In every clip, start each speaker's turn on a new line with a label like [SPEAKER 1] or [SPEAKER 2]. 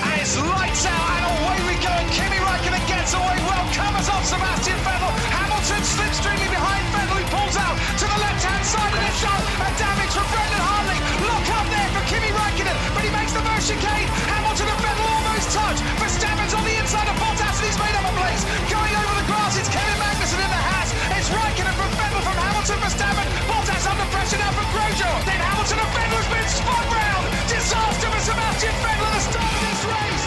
[SPEAKER 1] lights out, and away we go. And Kimi Räikkönen gets away well, covers off Sebastian Vettel. Hamilton slips streaming behind Vettel, who pulls out to the left-hand side, and it's out. A damage from Brendan Hartley. Look up there for Kimi Räikkönen, but he makes the motion chicane. Hamilton and Vettel almost touch. Verstappen's on the inside of Bottas, and he's made up a place. Going over the grass, it's Kevin Magnussen in the hat. It's Räikkönen from Vettel from Hamilton, Verstappen. Bottas under pressure now from Grosjean. Then Hamilton and Vettel has been spun round. Disaster for Sebastian Vettel at the start of this race.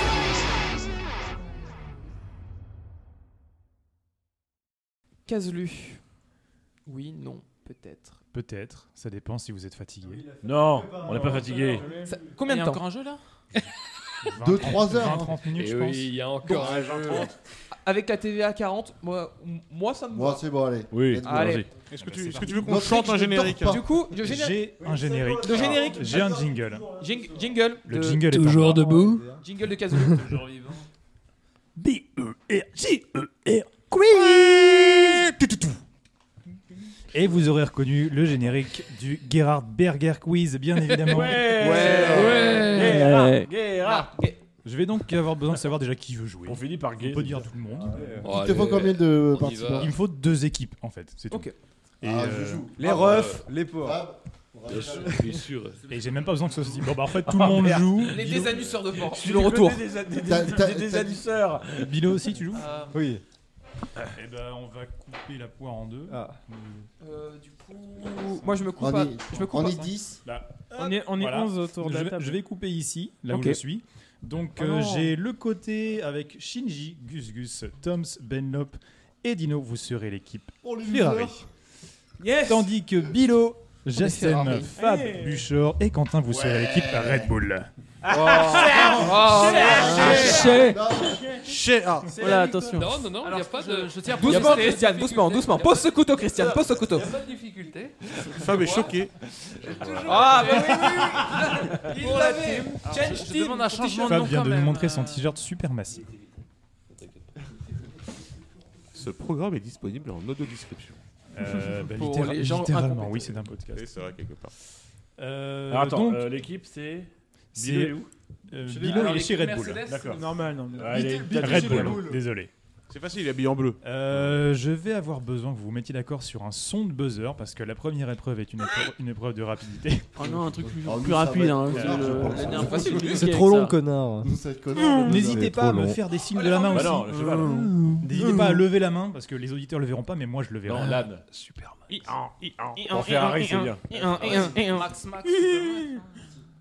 [SPEAKER 2] Caselu. Oui, non, peut-être.
[SPEAKER 3] Peut-être, ça dépend si vous êtes fatigué.
[SPEAKER 4] Non, on n'est pas fatigué.
[SPEAKER 2] Ça- Combien de
[SPEAKER 5] Il y a encore
[SPEAKER 2] temps
[SPEAKER 5] un jeu là
[SPEAKER 3] 20,
[SPEAKER 6] 2-3 heures,
[SPEAKER 3] 20,
[SPEAKER 6] hein.
[SPEAKER 3] 30 minutes,
[SPEAKER 7] Et
[SPEAKER 3] je
[SPEAKER 7] oui,
[SPEAKER 3] pense.
[SPEAKER 7] il y a encore un jeu.
[SPEAKER 2] Avec la TVA 40, moi, m- moi ça me
[SPEAKER 6] Bon,
[SPEAKER 2] va.
[SPEAKER 6] c'est bon, allez.
[SPEAKER 4] Oui,
[SPEAKER 6] Let's go.
[SPEAKER 2] Allez.
[SPEAKER 4] vas-y.
[SPEAKER 8] Est-ce que,
[SPEAKER 5] Ah bah,
[SPEAKER 8] tu,
[SPEAKER 5] c'est
[SPEAKER 8] est-ce que
[SPEAKER 5] parti.
[SPEAKER 8] tu veux qu'on
[SPEAKER 6] Notre
[SPEAKER 8] chante
[SPEAKER 6] fixe
[SPEAKER 8] un
[SPEAKER 6] ne
[SPEAKER 8] générique
[SPEAKER 6] dort
[SPEAKER 2] Du coup, le générique.
[SPEAKER 3] J'ai un générique.
[SPEAKER 2] Le générique
[SPEAKER 3] J'ai un jingle.
[SPEAKER 2] Jing- jingle.
[SPEAKER 3] Le
[SPEAKER 2] de-
[SPEAKER 3] jingle est en
[SPEAKER 9] Toujours debout
[SPEAKER 2] Jingle de Caselu.
[SPEAKER 5] Toujours vivant.
[SPEAKER 4] B-E-R-J-E-R.
[SPEAKER 3] Et vous aurez reconnu le générique du Gerhard Berger Quiz, bien évidemment.
[SPEAKER 4] Ouais.
[SPEAKER 2] Ah,
[SPEAKER 3] Je vais donc avoir besoin de savoir déjà qui veut jouer.
[SPEAKER 4] On finit par gay.
[SPEAKER 3] On peut dire tout le monde.
[SPEAKER 7] Oh,
[SPEAKER 6] Il te faut
[SPEAKER 7] allez.
[SPEAKER 6] combien de
[SPEAKER 7] y
[SPEAKER 6] participants
[SPEAKER 7] va.
[SPEAKER 3] Il me faut deux équipes en fait, c'est tout.
[SPEAKER 2] Ok.
[SPEAKER 3] Et,
[SPEAKER 6] Ah, je
[SPEAKER 3] euh,
[SPEAKER 6] joue.
[SPEAKER 7] Ah,
[SPEAKER 10] Les
[SPEAKER 7] bah,
[SPEAKER 10] refs, les pauvres.
[SPEAKER 6] Ah, on
[SPEAKER 7] Je
[SPEAKER 6] rappelle.
[SPEAKER 7] suis- je suis sûr.
[SPEAKER 3] et j'ai même pas besoin que ce soit dit. Bon bah en fait tout le monde joue.
[SPEAKER 2] Les désannusseurs de mort.
[SPEAKER 4] Tu
[SPEAKER 2] Le retour.
[SPEAKER 4] Des, des, des,
[SPEAKER 6] T'as-
[SPEAKER 4] des-
[SPEAKER 6] t'as-
[SPEAKER 4] des- des
[SPEAKER 6] t'as-
[SPEAKER 4] annisseurs.
[SPEAKER 3] Bilo aussi tu joues
[SPEAKER 2] Euh,
[SPEAKER 10] Oui.
[SPEAKER 3] Et ben on va couper la poire en deux.
[SPEAKER 10] Ah.
[SPEAKER 2] Euh, du coup, moi je me coupe.
[SPEAKER 6] On
[SPEAKER 2] à-
[SPEAKER 6] est-
[SPEAKER 2] Je me coupe.
[SPEAKER 6] On
[SPEAKER 2] à-
[SPEAKER 6] est 10.
[SPEAKER 5] On est, on est
[SPEAKER 3] Voilà.
[SPEAKER 5] 11 autour de
[SPEAKER 3] je,
[SPEAKER 5] la
[SPEAKER 3] vais,
[SPEAKER 5] table.
[SPEAKER 3] je vais couper ici, là
[SPEAKER 2] Ok.
[SPEAKER 3] où je suis. Donc
[SPEAKER 2] Oh
[SPEAKER 3] euh,
[SPEAKER 2] non.
[SPEAKER 3] j'ai le côté avec Shinji, Gus Gus, Toms, Benlop et Dino. Vous serez l'équipe Ferrari.
[SPEAKER 5] Yes
[SPEAKER 3] Tandis que Bilo, Jassen,
[SPEAKER 5] Oh,
[SPEAKER 2] Ferrari.
[SPEAKER 3] Fab,
[SPEAKER 5] Hey.
[SPEAKER 3] Buchor et Quentin, vous serez l'équipe Red Bull.
[SPEAKER 2] Oh,
[SPEAKER 10] Chez A.
[SPEAKER 5] Voilà, attention.
[SPEAKER 7] Non, non, non, il n'y a pas de.
[SPEAKER 5] Je, je tiens à
[SPEAKER 2] Doucement,
[SPEAKER 5] protester.
[SPEAKER 2] Christian, doucement, doucement. Pose ce couteau, Christian, pose ce
[SPEAKER 7] Il
[SPEAKER 2] couteau.
[SPEAKER 7] n'y a pas de difficulté.
[SPEAKER 8] Fab est choqué.
[SPEAKER 2] Ah, mais oui, oui, oui. Il l'avait.
[SPEAKER 5] Je te demande un changement de
[SPEAKER 3] Fab
[SPEAKER 5] nom
[SPEAKER 3] vient
[SPEAKER 5] quand
[SPEAKER 3] de nous
[SPEAKER 5] même.
[SPEAKER 3] montrer son t-shirt supermassif.
[SPEAKER 8] Ce programme est disponible en audio description.
[SPEAKER 3] Euh, bah,
[SPEAKER 2] Pour
[SPEAKER 3] littéra-
[SPEAKER 2] les gens
[SPEAKER 3] littéralement,
[SPEAKER 2] incompétents.
[SPEAKER 3] oui, c'est d'un podcast.
[SPEAKER 8] C'est vrai, quelque part.
[SPEAKER 3] Euh,
[SPEAKER 4] Alors, attends,
[SPEAKER 3] donc,
[SPEAKER 4] euh, l'équipe c'est.
[SPEAKER 3] c'est-
[SPEAKER 4] Bilo est où
[SPEAKER 3] euh,
[SPEAKER 4] Chez
[SPEAKER 3] Bilo,
[SPEAKER 4] les-
[SPEAKER 3] il est chez Red Bull.
[SPEAKER 7] Mercedes,
[SPEAKER 4] D'accord.
[SPEAKER 5] Normal, normal.
[SPEAKER 4] Ah, il est-
[SPEAKER 6] Beetle-
[SPEAKER 4] Red
[SPEAKER 3] Red
[SPEAKER 6] Beetle-
[SPEAKER 4] Bull.
[SPEAKER 3] Bull,
[SPEAKER 6] Bull.
[SPEAKER 3] désolé.
[SPEAKER 8] C'est facile, il est habillé en bleu.
[SPEAKER 3] Euh, je vais avoir besoin que vous vous mettiez d'accord sur un son de buzzer parce que la première épreuve est une épreuve, une épreuve de rapidité.
[SPEAKER 5] Oh non, un truc plus,
[SPEAKER 6] Ah oui,
[SPEAKER 5] plus
[SPEAKER 6] ça va
[SPEAKER 5] rapide.
[SPEAKER 6] être
[SPEAKER 5] Hein,
[SPEAKER 6] clair,
[SPEAKER 5] parce que
[SPEAKER 3] je
[SPEAKER 5] le-
[SPEAKER 3] pense.
[SPEAKER 5] la dernière fois, c'était
[SPEAKER 10] C'est
[SPEAKER 5] compliqué
[SPEAKER 10] trop long,
[SPEAKER 5] avec ça.
[SPEAKER 10] connard.
[SPEAKER 6] Nous, cette connerie.
[SPEAKER 3] N'hésitez
[SPEAKER 10] c'est
[SPEAKER 3] pas à
[SPEAKER 10] trop
[SPEAKER 3] me
[SPEAKER 10] long.
[SPEAKER 3] faire des signes de la main
[SPEAKER 4] Bah non,
[SPEAKER 3] aussi.
[SPEAKER 4] le cheval.
[SPEAKER 3] N'hésitez pas à lever la main parce que les auditeurs le verront pas, mais moi je le verrai.
[SPEAKER 4] Non, l'âne.
[SPEAKER 5] En
[SPEAKER 4] En Ferrari, c'est bien.
[SPEAKER 5] Max, Max.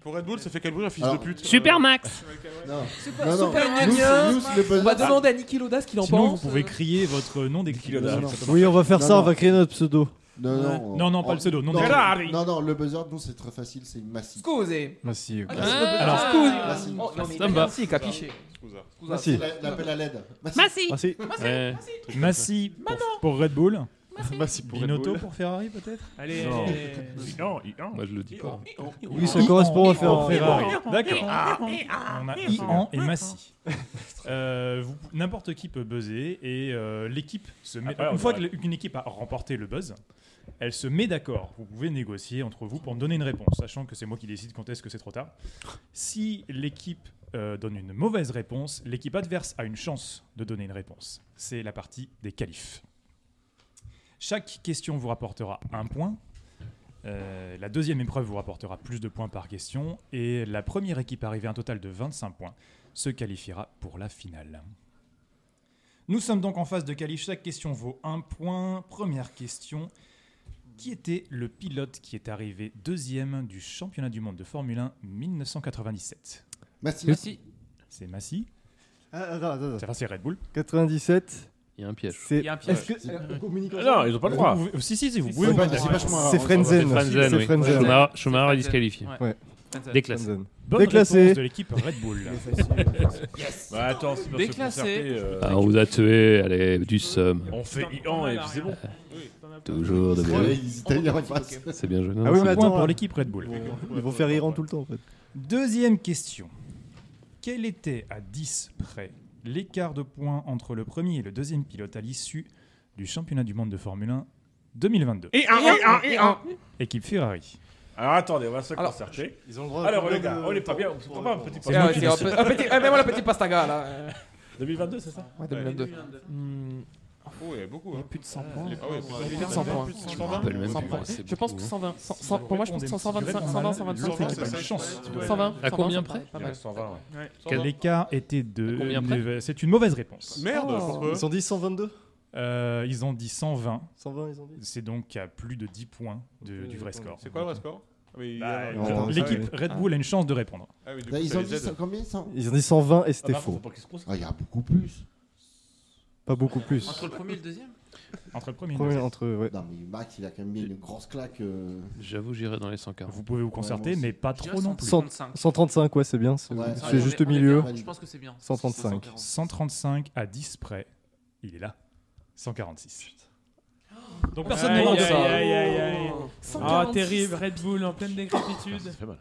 [SPEAKER 8] Pour Red Bull, ça fait quel bruit un fils
[SPEAKER 6] Alors-
[SPEAKER 8] de pute Euh,
[SPEAKER 9] Supermax
[SPEAKER 6] Non,
[SPEAKER 2] Super,
[SPEAKER 6] non, non.
[SPEAKER 2] super
[SPEAKER 6] Nous,
[SPEAKER 2] gna gna.
[SPEAKER 6] nous, c'est le
[SPEAKER 2] On va
[SPEAKER 6] buzzer.
[SPEAKER 2] demander à Niki Lodas ce qu'il en
[SPEAKER 3] Sinon,
[SPEAKER 2] pense.
[SPEAKER 3] vous pouvez
[SPEAKER 10] euh,
[SPEAKER 3] crier votre nom d'équipe.
[SPEAKER 4] Kilo d'âne.
[SPEAKER 6] Non, non.
[SPEAKER 10] Oui, on va faire
[SPEAKER 6] Non,
[SPEAKER 10] ça, on
[SPEAKER 6] non.
[SPEAKER 10] va créer notre pseudo.
[SPEAKER 6] Non, non.
[SPEAKER 3] Non, non, pas
[SPEAKER 6] on-
[SPEAKER 3] le pseudo, non,
[SPEAKER 6] Non,
[SPEAKER 3] non.
[SPEAKER 6] non, non, non, le buzzer, nous, c'est très facile, c'est massif.
[SPEAKER 2] Excusez.
[SPEAKER 10] Merci.
[SPEAKER 2] Ah, c'est le
[SPEAKER 7] Alors,
[SPEAKER 2] buzzer.
[SPEAKER 6] Ah,
[SPEAKER 2] Excusez.
[SPEAKER 6] si.
[SPEAKER 2] Oh, non, mais
[SPEAKER 7] Ça me va.
[SPEAKER 2] merci, capiché.
[SPEAKER 8] Scusa.
[SPEAKER 2] Excusez.
[SPEAKER 10] Si.
[SPEAKER 6] La- L'appel à l'aide. Massif.
[SPEAKER 9] Massi
[SPEAKER 10] Merci.
[SPEAKER 7] Ouais.
[SPEAKER 3] Massi pour, pour Red Bull.
[SPEAKER 10] Merci
[SPEAKER 3] Binotto pour Ferrari peut-être
[SPEAKER 5] Allez,
[SPEAKER 4] Non.
[SPEAKER 5] allez.
[SPEAKER 3] Non, non.
[SPEAKER 7] Moi, je le dis pas.
[SPEAKER 10] Oui, ça correspond à
[SPEAKER 3] faire
[SPEAKER 10] Ferrari.
[SPEAKER 3] D'accord. On a Ian et Massy. Euh, vous- N'importe qui peut buzzer et euh, l'équipe se met.
[SPEAKER 4] Ah ouais, on
[SPEAKER 3] une fois
[SPEAKER 4] va-
[SPEAKER 3] qu'une équipe a remporté le buzz, elle se met d'accord. Vous pouvez négocier entre vous pour me donner une réponse, sachant que c'est moi qui décide quand est-ce que c'est trop tard. Si l'équipe euh, donne une mauvaise réponse, l'équipe adverse a une chance de donner une réponse. C'est la partie des qualifs. Chaque question vous rapportera un point. Euh, la deuxième épreuve vous rapportera plus de points par question et la première équipe arrivée à un total de 25 points se qualifiera pour la finale. Nous sommes donc en phase de qualif. Chaque question vaut un point. Première question. Qui était le pilote qui est arrivé deuxième du championnat du monde de Formule 1 1997
[SPEAKER 6] Massif.
[SPEAKER 7] Merci.
[SPEAKER 3] C'est Massy,
[SPEAKER 10] Ah, Attends, attends, attends.
[SPEAKER 3] c'est enfin, c'est Red Bull.
[SPEAKER 10] 97,
[SPEAKER 7] Il y a un piège.
[SPEAKER 10] c'est.
[SPEAKER 5] Il y a un piège.
[SPEAKER 10] Est-ce que.
[SPEAKER 4] Ah Non, ils ont pas le droit.
[SPEAKER 3] Vous pouvez- si, si, si, vous
[SPEAKER 5] C'est
[SPEAKER 3] pouvez.
[SPEAKER 6] pas-
[SPEAKER 3] vous mettre
[SPEAKER 6] c'est
[SPEAKER 3] d'accord.
[SPEAKER 6] vachement rare,
[SPEAKER 10] C'est
[SPEAKER 6] hein,
[SPEAKER 10] Frenzen.
[SPEAKER 6] ça
[SPEAKER 7] va. Frenzen,
[SPEAKER 10] C'est
[SPEAKER 7] oui.
[SPEAKER 10] Frenzen.
[SPEAKER 7] Schumacher, Schumacher est disqualifié.
[SPEAKER 10] Ouais.
[SPEAKER 7] Déclassé.
[SPEAKER 10] Frenzen.
[SPEAKER 3] Bonne
[SPEAKER 10] Déclassé. Ah
[SPEAKER 3] réponse de l'équipe Red Bull.
[SPEAKER 4] Bah attends, c'est pas
[SPEAKER 5] Déclassé.
[SPEAKER 4] concerté. euh,
[SPEAKER 7] Ah, on vous a tué, allez, du somme.
[SPEAKER 4] On fait Ian et puis c'est bon.
[SPEAKER 7] Toujours de
[SPEAKER 6] Ouais,
[SPEAKER 7] bon.
[SPEAKER 6] les Italiens en face.
[SPEAKER 7] C'est bien joué.
[SPEAKER 10] Ah oui, mais
[SPEAKER 3] Un point
[SPEAKER 10] attends.
[SPEAKER 3] pour
[SPEAKER 10] hein.
[SPEAKER 3] l'équipe Red Bull.
[SPEAKER 10] Ils vont faire Iran tout le temps en fait.
[SPEAKER 3] Deuxième question. Quel était à 10 près l'écart de points entre le premier et le deuxième pilote à l'issue du championnat du monde de Formule 1 2022
[SPEAKER 8] Et un, et un, et un
[SPEAKER 3] Équipe Ferrari.
[SPEAKER 4] Alors attendez, on va se
[SPEAKER 5] Alors,
[SPEAKER 4] concerter.
[SPEAKER 10] Ils ont le droit.
[SPEAKER 4] Ah, Alors les gars, on est pas bien, on se prend pas un petit
[SPEAKER 5] Ah ouais,
[SPEAKER 4] peu.
[SPEAKER 5] c'est un peu- un petit- ah, mets-moi le petit pastaga là. euh,
[SPEAKER 4] 2022, c'est ça
[SPEAKER 5] Ouais, 2022. Hmm,
[SPEAKER 8] Oh, il y a beaucoup.
[SPEAKER 5] Il y a
[SPEAKER 8] Hein.
[SPEAKER 5] plus de 100 points.
[SPEAKER 8] Ah ouais,
[SPEAKER 5] Il y a plus de 100 points.
[SPEAKER 7] rappelle même
[SPEAKER 5] 100
[SPEAKER 7] plus,
[SPEAKER 5] points.
[SPEAKER 7] hein, c'est
[SPEAKER 5] Je pense que
[SPEAKER 7] beaucoup,
[SPEAKER 5] 120. cent- cent- Pour moi, je pense que 125, 120, 125.
[SPEAKER 8] c'est
[SPEAKER 5] c'est
[SPEAKER 8] ça.
[SPEAKER 3] chance.
[SPEAKER 5] 120.
[SPEAKER 7] À combien près
[SPEAKER 5] Pas mal.
[SPEAKER 4] 120, ouais.
[SPEAKER 3] Quel L'écart était de.
[SPEAKER 7] Combien près
[SPEAKER 3] de- C'est une mauvaise réponse.
[SPEAKER 8] Merde,
[SPEAKER 5] Oh.
[SPEAKER 8] pourquoi
[SPEAKER 10] Ils ont dit 122
[SPEAKER 3] Euh, ils ont dit 120.
[SPEAKER 10] 120, ils ont dit.
[SPEAKER 3] C'est donc à plus de 10 points de- du vrai score.
[SPEAKER 8] C'est quoi le vrai score Ah, mais il y en
[SPEAKER 3] Bah,
[SPEAKER 8] a-
[SPEAKER 6] non.
[SPEAKER 3] euh, L'équipe Red Bull a une chance de répondre.
[SPEAKER 8] Ah oui, du coup,
[SPEAKER 6] Là, ils
[SPEAKER 8] ça
[SPEAKER 6] ont
[SPEAKER 8] les
[SPEAKER 6] dit
[SPEAKER 8] aide.
[SPEAKER 6] ça- combien 100
[SPEAKER 10] Ils ont dit 120 et
[SPEAKER 4] Ah,
[SPEAKER 10] c'était
[SPEAKER 4] par contre,
[SPEAKER 10] faux.
[SPEAKER 4] faut pas qu'il se pose.
[SPEAKER 6] Ah, il y a beaucoup plus.
[SPEAKER 10] Pas beaucoup plus.
[SPEAKER 2] Entre le premier et le deuxième
[SPEAKER 3] Entre le premier et le
[SPEAKER 10] Premier
[SPEAKER 3] deuxième.
[SPEAKER 10] entre eux, ouais.
[SPEAKER 6] Non, mais Max, il a quand même mis une grosse claque. euh,
[SPEAKER 7] J'avoue, j'irai dans les 140.
[SPEAKER 3] Vous pouvez vous concerter,
[SPEAKER 6] moi aussi.
[SPEAKER 3] mais pas
[SPEAKER 2] Je dirais
[SPEAKER 3] trop non plus.
[SPEAKER 2] 135.
[SPEAKER 10] 135, ouais, c'est bien. C'est
[SPEAKER 6] Ouais.
[SPEAKER 10] c'est
[SPEAKER 6] Ah,
[SPEAKER 2] Ouais,
[SPEAKER 10] juste
[SPEAKER 2] on
[SPEAKER 10] au
[SPEAKER 2] est- on est
[SPEAKER 10] milieu.
[SPEAKER 2] bien, Je pense que c'est bien.
[SPEAKER 10] 135.
[SPEAKER 3] 135 à 10 près, il est là. 146. Donc
[SPEAKER 2] Personne
[SPEAKER 3] personne
[SPEAKER 2] ne
[SPEAKER 3] ne
[SPEAKER 2] demande
[SPEAKER 3] manque
[SPEAKER 2] ça.
[SPEAKER 3] ça.
[SPEAKER 2] Aïe, aïe, aïe. Ah, terrible, Red Bull en pleine décrépitude.
[SPEAKER 4] Ça fait mal.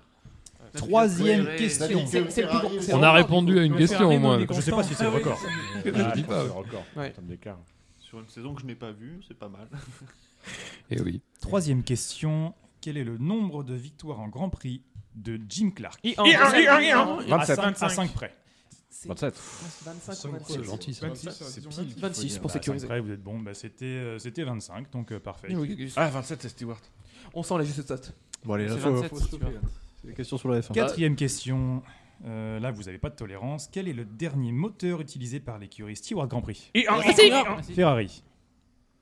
[SPEAKER 3] Troisième
[SPEAKER 2] Ouais,
[SPEAKER 3] question.
[SPEAKER 6] David, c'est-
[SPEAKER 5] C'est le plus gros- c'est
[SPEAKER 7] On
[SPEAKER 5] vraiment
[SPEAKER 7] a
[SPEAKER 5] du
[SPEAKER 7] répondu
[SPEAKER 5] coup.
[SPEAKER 7] à une
[SPEAKER 5] Ouais,
[SPEAKER 7] question
[SPEAKER 5] Ferrari,
[SPEAKER 7] au
[SPEAKER 5] nous,
[SPEAKER 7] moins.
[SPEAKER 5] on est
[SPEAKER 3] Je sais
[SPEAKER 5] constant.
[SPEAKER 3] pas si c'est
[SPEAKER 5] Ah oui,
[SPEAKER 3] record.
[SPEAKER 4] Je
[SPEAKER 7] dis pas, ouais.
[SPEAKER 4] Encore.
[SPEAKER 5] Ouais.
[SPEAKER 4] En termes d'écart.
[SPEAKER 9] Sur une saison que je n'ai pas vue, c'est pas mal.
[SPEAKER 7] Et oui.
[SPEAKER 3] Troisième question. Quel est le nombre de victoires en Grand Prix de Jim Clark
[SPEAKER 5] Et en-
[SPEAKER 4] Et un, et un, et un.
[SPEAKER 5] en-
[SPEAKER 4] 27.
[SPEAKER 3] À 5, près.
[SPEAKER 4] 27.
[SPEAKER 5] 25 ou 26.
[SPEAKER 7] C'est gentil ça.
[SPEAKER 5] 26 pour
[SPEAKER 3] À 5
[SPEAKER 5] sécuriser.
[SPEAKER 3] près, vous êtes bon. Bah, c'était, euh, c'était 25, donc euh, parfait.
[SPEAKER 4] Ah, 27, c'est Stewart.
[SPEAKER 5] On sent les juste stats.
[SPEAKER 10] Bon, allez,
[SPEAKER 5] C'est
[SPEAKER 10] là, faut-
[SPEAKER 5] 27 si tu veux.
[SPEAKER 10] c'est la question sur
[SPEAKER 11] Ah
[SPEAKER 10] la F1.
[SPEAKER 3] Quatrième question. Euh, là, vous n'avez pas de tolérance. Quel est le dernier moteur utilisé par l'écurie Stewart Grand Prix
[SPEAKER 4] Et un,
[SPEAKER 5] Merci.
[SPEAKER 3] Ferrari.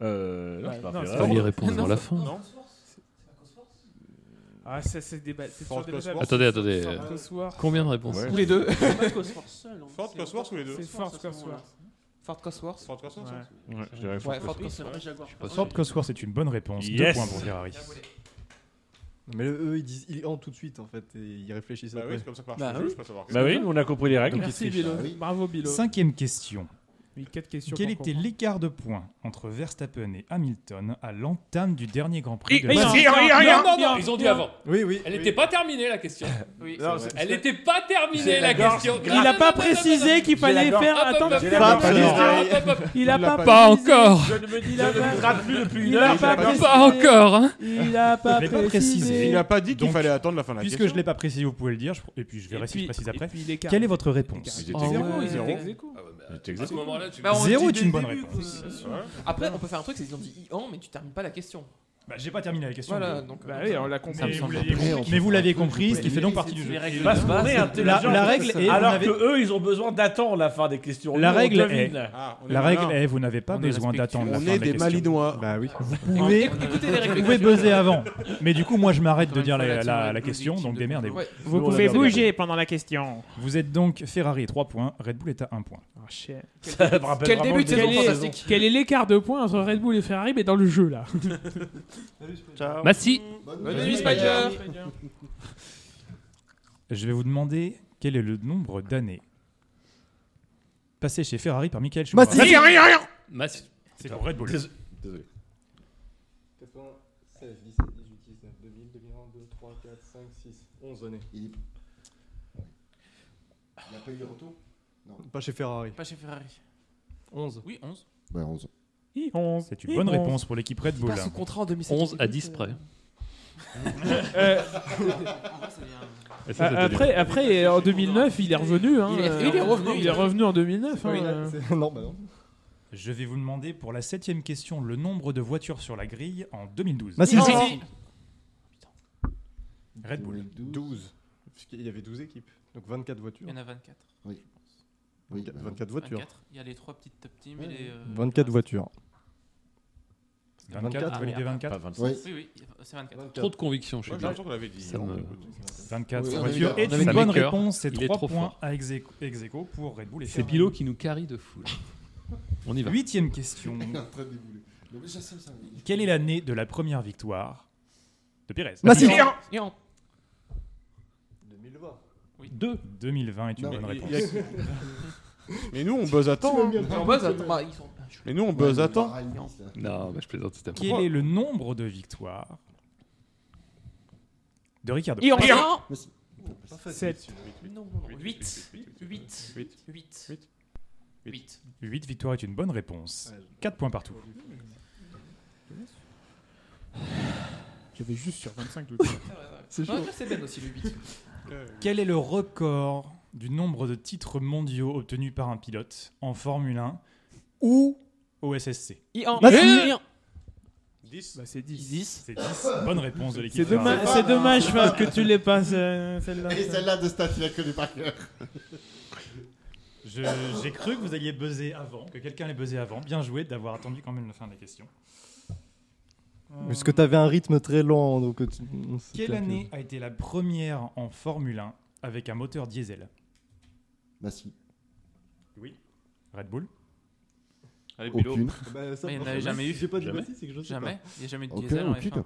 [SPEAKER 4] Euh. Non, c'est pas
[SPEAKER 2] non,
[SPEAKER 4] Ferrari.
[SPEAKER 2] c'est
[SPEAKER 7] Fallait répondre dans la fin.
[SPEAKER 8] Non
[SPEAKER 2] Ah, ça, c'est débat. C'est
[SPEAKER 8] Ford
[SPEAKER 2] sur des
[SPEAKER 8] Cosworth.
[SPEAKER 7] Attendez, attendez. euh,
[SPEAKER 2] Cosworth.
[SPEAKER 7] Combien de réponses
[SPEAKER 4] Ouais.
[SPEAKER 5] Ou les deux.
[SPEAKER 8] Ford Cosworth ou les deux
[SPEAKER 2] C'est Ford Cosworth.
[SPEAKER 5] Ford Cosworth.
[SPEAKER 8] Ford Cosworth
[SPEAKER 2] Ouais.
[SPEAKER 4] Ouais, je dirais
[SPEAKER 5] Ouais,
[SPEAKER 4] Ford
[SPEAKER 5] Ford
[SPEAKER 4] Cosworth.
[SPEAKER 5] Cosworth.
[SPEAKER 7] pas sûr.
[SPEAKER 3] Ford Cosworth, c'est une bonne réponse.
[SPEAKER 4] Yes.
[SPEAKER 3] Deux points pour Ferrari.
[SPEAKER 10] Mais le- eux, ils disent ils en tout de suite en fait. Et ils réfléchissent
[SPEAKER 8] Bah oui,
[SPEAKER 10] après.
[SPEAKER 8] c'est comme ça que marche.
[SPEAKER 5] Bah
[SPEAKER 8] le jeu,
[SPEAKER 5] oui.
[SPEAKER 8] Je peux savoir.
[SPEAKER 4] Bah oui, on a compris les règles.
[SPEAKER 5] Merci Bilo.
[SPEAKER 6] oui.
[SPEAKER 5] Bravo Bilo.
[SPEAKER 3] Cinquième question.
[SPEAKER 2] Oui, quatre questions.
[SPEAKER 3] Quel
[SPEAKER 2] qu'on
[SPEAKER 3] était
[SPEAKER 2] comprend.
[SPEAKER 3] l'écart de points entre Verstappen et Hamilton à l'entame du dernier Grand Prix de
[SPEAKER 2] et-
[SPEAKER 3] Bahreïn
[SPEAKER 2] et- et- et-
[SPEAKER 7] Non, non, non,
[SPEAKER 2] et-
[SPEAKER 7] ils ont dit avant.
[SPEAKER 10] Oui, oui.
[SPEAKER 7] Elle n'était pas terminée la question.
[SPEAKER 5] Oui,
[SPEAKER 4] Non,
[SPEAKER 5] c'est
[SPEAKER 4] c'est-
[SPEAKER 5] vrai.
[SPEAKER 7] Elle n'était pas terminée la
[SPEAKER 4] gorge
[SPEAKER 7] question.
[SPEAKER 2] Il a pas précisé qu'il fallait
[SPEAKER 4] la-
[SPEAKER 2] faire. Attends,
[SPEAKER 7] Hop, hop,
[SPEAKER 4] la-
[SPEAKER 7] hop,
[SPEAKER 10] pas
[SPEAKER 7] hop,
[SPEAKER 10] précisé.
[SPEAKER 7] hop, hop, hop.
[SPEAKER 2] il a pas
[SPEAKER 7] Pas
[SPEAKER 2] précisé.
[SPEAKER 7] encore.
[SPEAKER 2] Je ne me dis là pas.
[SPEAKER 4] plus depuis
[SPEAKER 2] Il a pas précisé.
[SPEAKER 7] Pas encore. hein.
[SPEAKER 2] Il a pas
[SPEAKER 3] Je l'ai pas
[SPEAKER 2] précisé.
[SPEAKER 3] précisé.
[SPEAKER 8] Il a pas dit qu'il
[SPEAKER 3] Donc,
[SPEAKER 8] fallait attendre la fin de la
[SPEAKER 3] Puisque
[SPEAKER 8] question.
[SPEAKER 3] je ne l'ai pas précisé, vous pouvez le dire, je- et puis je verrai si je précise après.
[SPEAKER 2] Et puis l'écart.
[SPEAKER 3] Quelle est votre réponse
[SPEAKER 4] Ils étaient
[SPEAKER 7] Ah
[SPEAKER 4] zéro,
[SPEAKER 7] ouais.
[SPEAKER 4] ils étaient zéro.
[SPEAKER 7] À ce moment-là, tu-
[SPEAKER 5] Bah, on
[SPEAKER 3] Zéro
[SPEAKER 5] dit
[SPEAKER 3] est une
[SPEAKER 5] dès le
[SPEAKER 3] bonne
[SPEAKER 5] début,
[SPEAKER 3] réponse.
[SPEAKER 5] quoi. Après, on peut faire un truc, c'est qu'ils ont dit Ian, mais tu termines pas la question.
[SPEAKER 3] Bah, J'ai pas terminé la question.
[SPEAKER 5] Voilà,
[SPEAKER 3] mais-
[SPEAKER 5] donc.
[SPEAKER 2] Bah oui, on l'a
[SPEAKER 3] mais,
[SPEAKER 2] compris.
[SPEAKER 3] vous
[SPEAKER 5] semble
[SPEAKER 3] l'aviez
[SPEAKER 6] compris,
[SPEAKER 3] compris,
[SPEAKER 6] on
[SPEAKER 3] mais vous
[SPEAKER 6] comprend.
[SPEAKER 3] l'avez compris, ce qui fait donc
[SPEAKER 5] Oui,
[SPEAKER 3] partie du
[SPEAKER 5] c'est
[SPEAKER 3] jeu.
[SPEAKER 5] les règles.
[SPEAKER 4] Parce qu'on est
[SPEAKER 3] La,
[SPEAKER 4] intelligent.
[SPEAKER 3] la règle est,
[SPEAKER 4] Alors
[SPEAKER 3] vous n'avez-
[SPEAKER 4] que eux, ils ont besoin d'attendre la fin des questions.
[SPEAKER 3] La
[SPEAKER 4] Nous, on
[SPEAKER 3] règle
[SPEAKER 4] devine.
[SPEAKER 8] Ah, on est
[SPEAKER 3] la
[SPEAKER 8] malin.
[SPEAKER 3] règle est, vous n'avez pas
[SPEAKER 5] On est
[SPEAKER 3] besoin d'attendre la
[SPEAKER 8] On
[SPEAKER 3] fin
[SPEAKER 8] est
[SPEAKER 3] de la
[SPEAKER 8] des
[SPEAKER 3] question.
[SPEAKER 8] Malinois.
[SPEAKER 10] Bah oui.
[SPEAKER 3] Vous pouvez,
[SPEAKER 5] Écoutez les
[SPEAKER 3] vous
[SPEAKER 5] règles.
[SPEAKER 3] pouvez buzzer avant. Mais du coup, moi, je m'arrête de
[SPEAKER 5] Encore
[SPEAKER 3] dire
[SPEAKER 5] une fois,
[SPEAKER 3] la,
[SPEAKER 5] là-dessus,
[SPEAKER 3] la-
[SPEAKER 5] on est
[SPEAKER 3] la
[SPEAKER 5] tous
[SPEAKER 3] question,
[SPEAKER 5] victimes
[SPEAKER 3] donc
[SPEAKER 5] de
[SPEAKER 3] démerdez-vous.
[SPEAKER 5] Ouais.
[SPEAKER 2] Vous
[SPEAKER 4] Nous, on
[SPEAKER 2] pouvez
[SPEAKER 4] l'avait
[SPEAKER 2] bouger pendant la question.
[SPEAKER 3] Vous êtes donc Ferrari 3 points, Red Bull est à 1 point.
[SPEAKER 2] Oh, shit.
[SPEAKER 4] Ça me rappelle
[SPEAKER 5] Quel
[SPEAKER 4] vraiment
[SPEAKER 5] début de
[SPEAKER 4] le
[SPEAKER 5] saison
[SPEAKER 4] début
[SPEAKER 5] fantastique.
[SPEAKER 2] Quel est l'écart de points entre Red Bull et Ferrari mais dans le jeu là
[SPEAKER 7] Massi.
[SPEAKER 5] Bonne nuit, Spider.
[SPEAKER 3] Je vais vous demander quel est le nombre d'années passées chez Ferrari par Michael Schumacher.
[SPEAKER 10] Massi.
[SPEAKER 7] Massi.
[SPEAKER 3] C'est pour Red Bull.
[SPEAKER 4] Désolé.
[SPEAKER 10] 96, 17, 18, 19, 2000, 2001, 2, 3, 4, 5, 6, 11 années.
[SPEAKER 6] Il est- Il a pas eu de retour
[SPEAKER 10] Pas chez Ferrari.
[SPEAKER 5] Pas chez Ferrari.
[SPEAKER 10] 11.
[SPEAKER 5] Oui, 11.
[SPEAKER 6] Ouais, 11.
[SPEAKER 2] Hi, 11.
[SPEAKER 3] C'est
[SPEAKER 2] Hi,
[SPEAKER 3] une bonne
[SPEAKER 2] 11.
[SPEAKER 3] réponse pour l'équipe Red Bull.
[SPEAKER 5] Pas sous contrat en 2007.
[SPEAKER 7] 11 à 10 près.
[SPEAKER 4] Euh,
[SPEAKER 7] Et ça, ça
[SPEAKER 2] Ah,
[SPEAKER 7] te dit.
[SPEAKER 2] Après, après, en 2009, il est revenu. hein.
[SPEAKER 5] Il est- il est revenu.
[SPEAKER 2] Il est revenu en 2009. hein.
[SPEAKER 4] Euh,
[SPEAKER 10] Non, bah non.
[SPEAKER 3] Je vais vous demander pour la septième question le nombre de voitures sur la grille en 2012.
[SPEAKER 10] Massi.
[SPEAKER 3] Red Bull.
[SPEAKER 10] 12. Il y avait 12 équipes. Donc 24 voitures.
[SPEAKER 5] Il y en euh, a 24.
[SPEAKER 6] Oui,
[SPEAKER 10] 24,
[SPEAKER 6] bah,
[SPEAKER 10] voitures.
[SPEAKER 5] 24. Il y a les trois petites top teams. et les, euh,
[SPEAKER 10] 24 voitures.
[SPEAKER 3] 24,
[SPEAKER 2] Ah,
[SPEAKER 3] vous validez
[SPEAKER 8] Ah,
[SPEAKER 3] 24
[SPEAKER 6] ouais.
[SPEAKER 5] Oui, oui, c'est 24.
[SPEAKER 7] Trop de conviction chez
[SPEAKER 8] Moi, j'ai
[SPEAKER 7] lui.
[SPEAKER 8] l'impression qu'on l'avait dit.
[SPEAKER 7] Ça
[SPEAKER 8] On
[SPEAKER 7] me-
[SPEAKER 8] écoute.
[SPEAKER 3] 24
[SPEAKER 6] Oui, on
[SPEAKER 3] voitures
[SPEAKER 6] avait-
[SPEAKER 3] est
[SPEAKER 6] on
[SPEAKER 7] avait
[SPEAKER 3] une bonne
[SPEAKER 7] mis cœur.
[SPEAKER 3] réponse. C'est
[SPEAKER 7] Il est
[SPEAKER 3] 3
[SPEAKER 7] trop
[SPEAKER 3] points
[SPEAKER 7] fort.
[SPEAKER 3] à ex aequo- ex aequo pour Red Bull et
[SPEAKER 7] C'est
[SPEAKER 3] Ferrari.
[SPEAKER 7] Bilo qui nous carie de fou. là. On y va.
[SPEAKER 3] Huitième question.
[SPEAKER 6] Il est en train de débouler. Non, mais je sais ça.
[SPEAKER 3] Quelle est l'année de la première victoire de Pérez
[SPEAKER 5] Bah,
[SPEAKER 10] Massi.
[SPEAKER 5] Et en
[SPEAKER 10] 2020.
[SPEAKER 3] 2. 2020 est une
[SPEAKER 6] Non,
[SPEAKER 3] bonne
[SPEAKER 8] mais il
[SPEAKER 3] réponse.
[SPEAKER 8] y a- Mais nous, on buzz à temps. hein.
[SPEAKER 5] en base, attends, bah, ils sont. Ah, je-
[SPEAKER 8] Mais nous, on buzz à
[SPEAKER 6] attends.
[SPEAKER 8] temps.
[SPEAKER 7] Non, mais je plaisante, c'était un peu.
[SPEAKER 3] Quel est le nombre de victoires de Ricardo
[SPEAKER 5] Et en
[SPEAKER 2] Et en-
[SPEAKER 5] 1
[SPEAKER 2] Sept.
[SPEAKER 5] Non, 8. 8. 8. 8. 8.
[SPEAKER 3] 8 victoires est une bonne réponse. 4 points partout.
[SPEAKER 2] J'avais juste sur 25
[SPEAKER 7] C'est
[SPEAKER 5] Ouais,
[SPEAKER 7] chaud.
[SPEAKER 5] c'est Ben aussi, le 8.
[SPEAKER 3] Quel est le record du nombre de titres mondiaux obtenus par un pilote en Formule 1 ou au SSC
[SPEAKER 2] Ian.
[SPEAKER 7] Bah, c'est-
[SPEAKER 2] Ian.
[SPEAKER 8] 10
[SPEAKER 2] Bah, c'est 10.
[SPEAKER 3] C'est 10. Bonne réponse de l'équipe.
[SPEAKER 2] C'est dommage,
[SPEAKER 6] pas
[SPEAKER 2] c'est
[SPEAKER 6] grave.
[SPEAKER 2] dommage Fab, que tu l'aies pas euh, celle-là.
[SPEAKER 6] Et celle-là de Stat, il a connu par cœur.
[SPEAKER 3] Je- J'ai cru que vous alliez buzzer avant, que quelqu'un l'ait buzzé avant. Bien joué d'avoir attendu quand même la fin de la question.
[SPEAKER 11] Parce que t'avais un rythme très lent, donc euh, tu- on s'est
[SPEAKER 3] Quelle
[SPEAKER 11] tapé.
[SPEAKER 3] année a été la première en Formule 1 avec un moteur diesel
[SPEAKER 6] Bah si,
[SPEAKER 3] Red Bull
[SPEAKER 9] Allez, Bilo.
[SPEAKER 6] aucune.
[SPEAKER 10] Bah, ça,
[SPEAKER 5] Mais il n'y en
[SPEAKER 10] franchement,
[SPEAKER 5] avait jamais eu.
[SPEAKER 10] J'ai pas dit
[SPEAKER 7] Jamais.
[SPEAKER 10] bêtises, c'est que je sais
[SPEAKER 5] Jamais. Il n'y a jamais eu de
[SPEAKER 6] Aucun,
[SPEAKER 5] diesel en
[SPEAKER 6] aucune.
[SPEAKER 5] F1.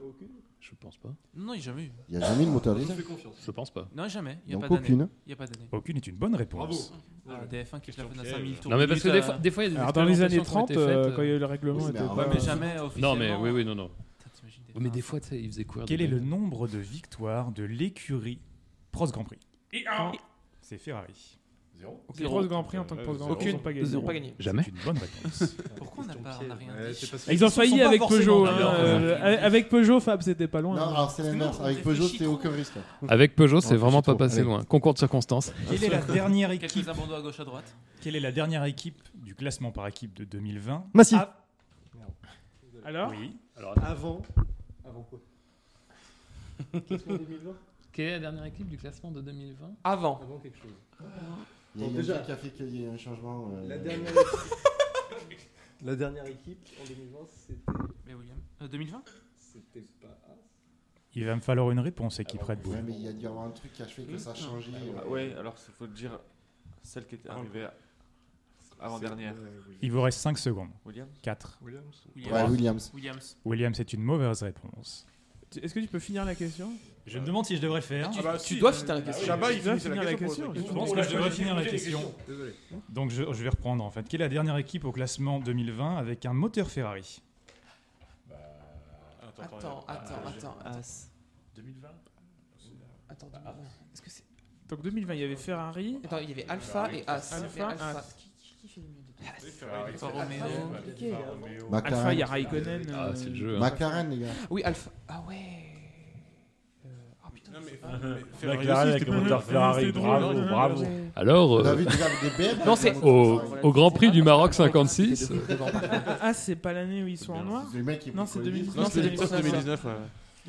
[SPEAKER 7] Je pense pas.
[SPEAKER 5] Non, il n'y a jamais eu.
[SPEAKER 6] Ah, Il n'y a jamais eu de moteur
[SPEAKER 10] pas. Je
[SPEAKER 6] diesel.
[SPEAKER 10] fais confiance.
[SPEAKER 7] Je pense pas.
[SPEAKER 5] Non, jamais. Il n'y a
[SPEAKER 6] Donc
[SPEAKER 5] pas d'année.
[SPEAKER 6] aucune.
[SPEAKER 5] Il n'y a pas d'année.
[SPEAKER 3] Aucune est une bonne réponse.
[SPEAKER 5] Ah, le DF1 qui te la
[SPEAKER 8] Question
[SPEAKER 5] fait à
[SPEAKER 8] piège.
[SPEAKER 5] 5000 tours.
[SPEAKER 7] Non, mais parce que
[SPEAKER 5] minutes,
[SPEAKER 7] des
[SPEAKER 5] euh,
[SPEAKER 7] fois, des fois, il y a des
[SPEAKER 2] Alors dans les années
[SPEAKER 7] expérimentations qui
[SPEAKER 2] 30,
[SPEAKER 7] ont été
[SPEAKER 2] euh,
[SPEAKER 7] faites,
[SPEAKER 2] quand il y a eu le règlement,
[SPEAKER 6] Oui, mais
[SPEAKER 2] était
[SPEAKER 6] alors,
[SPEAKER 2] pas-
[SPEAKER 4] bah,
[SPEAKER 5] Ouais, mais jamais officiellement.
[SPEAKER 7] Non, mais oui, oui, non, non.
[SPEAKER 5] Putain, t'imagines des
[SPEAKER 7] Oui, mais des
[SPEAKER 5] fins.
[SPEAKER 7] fois, tu sais, ils faisaient quoi
[SPEAKER 3] Quel est
[SPEAKER 7] des-
[SPEAKER 3] le nombre de victoires de l'écurie Prost Grand Prix Ah, C'est Ferrari.
[SPEAKER 2] Les Rose Grand Prix en tant que
[SPEAKER 8] Euh,
[SPEAKER 2] Rose Grand Prix, ils
[SPEAKER 8] zéro.
[SPEAKER 2] ont pas
[SPEAKER 10] Ils
[SPEAKER 2] gagné.
[SPEAKER 10] ont pas gagné.
[SPEAKER 7] Jamais.
[SPEAKER 3] C'est une bonne réponse.
[SPEAKER 5] Pourquoi on n'a pas on a rien dit
[SPEAKER 2] Ils ont
[SPEAKER 3] sont
[SPEAKER 2] failli
[SPEAKER 3] pas
[SPEAKER 2] avec
[SPEAKER 3] forcément
[SPEAKER 2] Peugeot. hein,
[SPEAKER 7] d'accord.
[SPEAKER 2] euh, Avec Peugeot, Fab, c'était pas
[SPEAKER 6] Non,
[SPEAKER 2] loin. hein.
[SPEAKER 6] alors c'est l'inverse. Avec Peugeot, c'était aucun risque.
[SPEAKER 7] Avec Peugeot, c'est
[SPEAKER 6] Non,
[SPEAKER 7] vraiment
[SPEAKER 6] c'est
[SPEAKER 7] pas
[SPEAKER 6] trop.
[SPEAKER 7] passé
[SPEAKER 6] Allez.
[SPEAKER 7] loin. Concours de circonstances.
[SPEAKER 3] Quelle est la dernière équipe
[SPEAKER 5] Quelques abandons à gauche à droite.
[SPEAKER 3] Quelle est la dernière équipe du classement par équipe de 2020
[SPEAKER 11] Massy.
[SPEAKER 3] Ah,
[SPEAKER 4] Ah.
[SPEAKER 2] Alors
[SPEAKER 3] Oui.
[SPEAKER 10] Avant. Avant quoi Question 2020
[SPEAKER 7] Quelle est la dernière équipe du classement de 2020
[SPEAKER 5] Avant.
[SPEAKER 10] Avant quelque chose.
[SPEAKER 6] Il y a
[SPEAKER 10] Bon,
[SPEAKER 6] déjà
[SPEAKER 10] déjà.
[SPEAKER 6] qui a fait qu'il y ait un changement. euh,
[SPEAKER 10] La dernière équipe. La dernière équipe en 2020, c'était.
[SPEAKER 5] Mais William. Euh, 2020
[SPEAKER 10] C'était pas As.
[SPEAKER 3] Il va me falloir une réponse, équipe Red Bull.
[SPEAKER 6] Ouais, mais il y a dû y avoir un truc qui a fait que ça a changé. euh,
[SPEAKER 9] Ouais, alors il faut dire celle qui
[SPEAKER 4] Ah.
[SPEAKER 9] était arrivée avant-dernière.
[SPEAKER 3] Il vous reste 5 secondes.
[SPEAKER 9] William
[SPEAKER 3] 4.
[SPEAKER 8] Williams
[SPEAKER 6] Ouais,
[SPEAKER 5] Williams.
[SPEAKER 6] Williams.
[SPEAKER 5] Williams.
[SPEAKER 3] William, c'est une mauvaise réponse.
[SPEAKER 2] Tu- Est-ce que tu peux finir la question
[SPEAKER 3] Je me demande si je devrais le faire.
[SPEAKER 5] Tu,
[SPEAKER 8] Ah bah,
[SPEAKER 5] tu
[SPEAKER 8] si,
[SPEAKER 5] dois
[SPEAKER 8] euh,
[SPEAKER 5] finir la question.
[SPEAKER 8] Chabat, il
[SPEAKER 2] Tu dois
[SPEAKER 8] finissait
[SPEAKER 2] finir
[SPEAKER 8] la
[SPEAKER 2] la
[SPEAKER 8] question.
[SPEAKER 2] question.
[SPEAKER 3] Je
[SPEAKER 8] pour
[SPEAKER 3] pense que je devrais finir la question.
[SPEAKER 8] Désolé.
[SPEAKER 3] Donc je, je vais reprendre en fait. Quelle est la dernière équipe au classement 2020 avec un moteur Ferrari
[SPEAKER 5] Attends, attends, attends. As.
[SPEAKER 8] 2020
[SPEAKER 5] Attends, 2020. Est-ce que c'est.
[SPEAKER 2] Donc 2020, il y avait Ferrari.
[SPEAKER 5] Attends, il y avait Alpha et As.
[SPEAKER 2] Alpha,
[SPEAKER 5] Il y avait
[SPEAKER 2] As.
[SPEAKER 5] Qui, qui- qui fait le mieux de
[SPEAKER 8] Ferrari.
[SPEAKER 5] Alfa Romeo.
[SPEAKER 2] Alpha, il y
[SPEAKER 6] McLaren.
[SPEAKER 2] a Raikkonen.
[SPEAKER 7] Ah,
[SPEAKER 2] euh,
[SPEAKER 7] c'est le jeu. hein.
[SPEAKER 6] McLaren, les gars.
[SPEAKER 5] Oui, Alpha. Ah ouais. Euh, Ah putain.
[SPEAKER 8] Non, mais
[SPEAKER 4] McLaren avec le
[SPEAKER 3] Mhm.
[SPEAKER 4] moteur Ferrari, bravo, bravo.
[SPEAKER 7] Alors, euh,
[SPEAKER 6] David, des bêtes.
[SPEAKER 5] Non, c'est-
[SPEAKER 7] au, au Grand Prix du Maroc 56, euh,
[SPEAKER 2] Ah, ah, c'est pas l'année où ils sont en noir
[SPEAKER 6] Le mec, il
[SPEAKER 2] Non, c'est
[SPEAKER 6] bricole les
[SPEAKER 2] 2000.
[SPEAKER 6] vitres.
[SPEAKER 8] Non, c'est
[SPEAKER 5] c'est 2019,
[SPEAKER 8] 2019. ouais.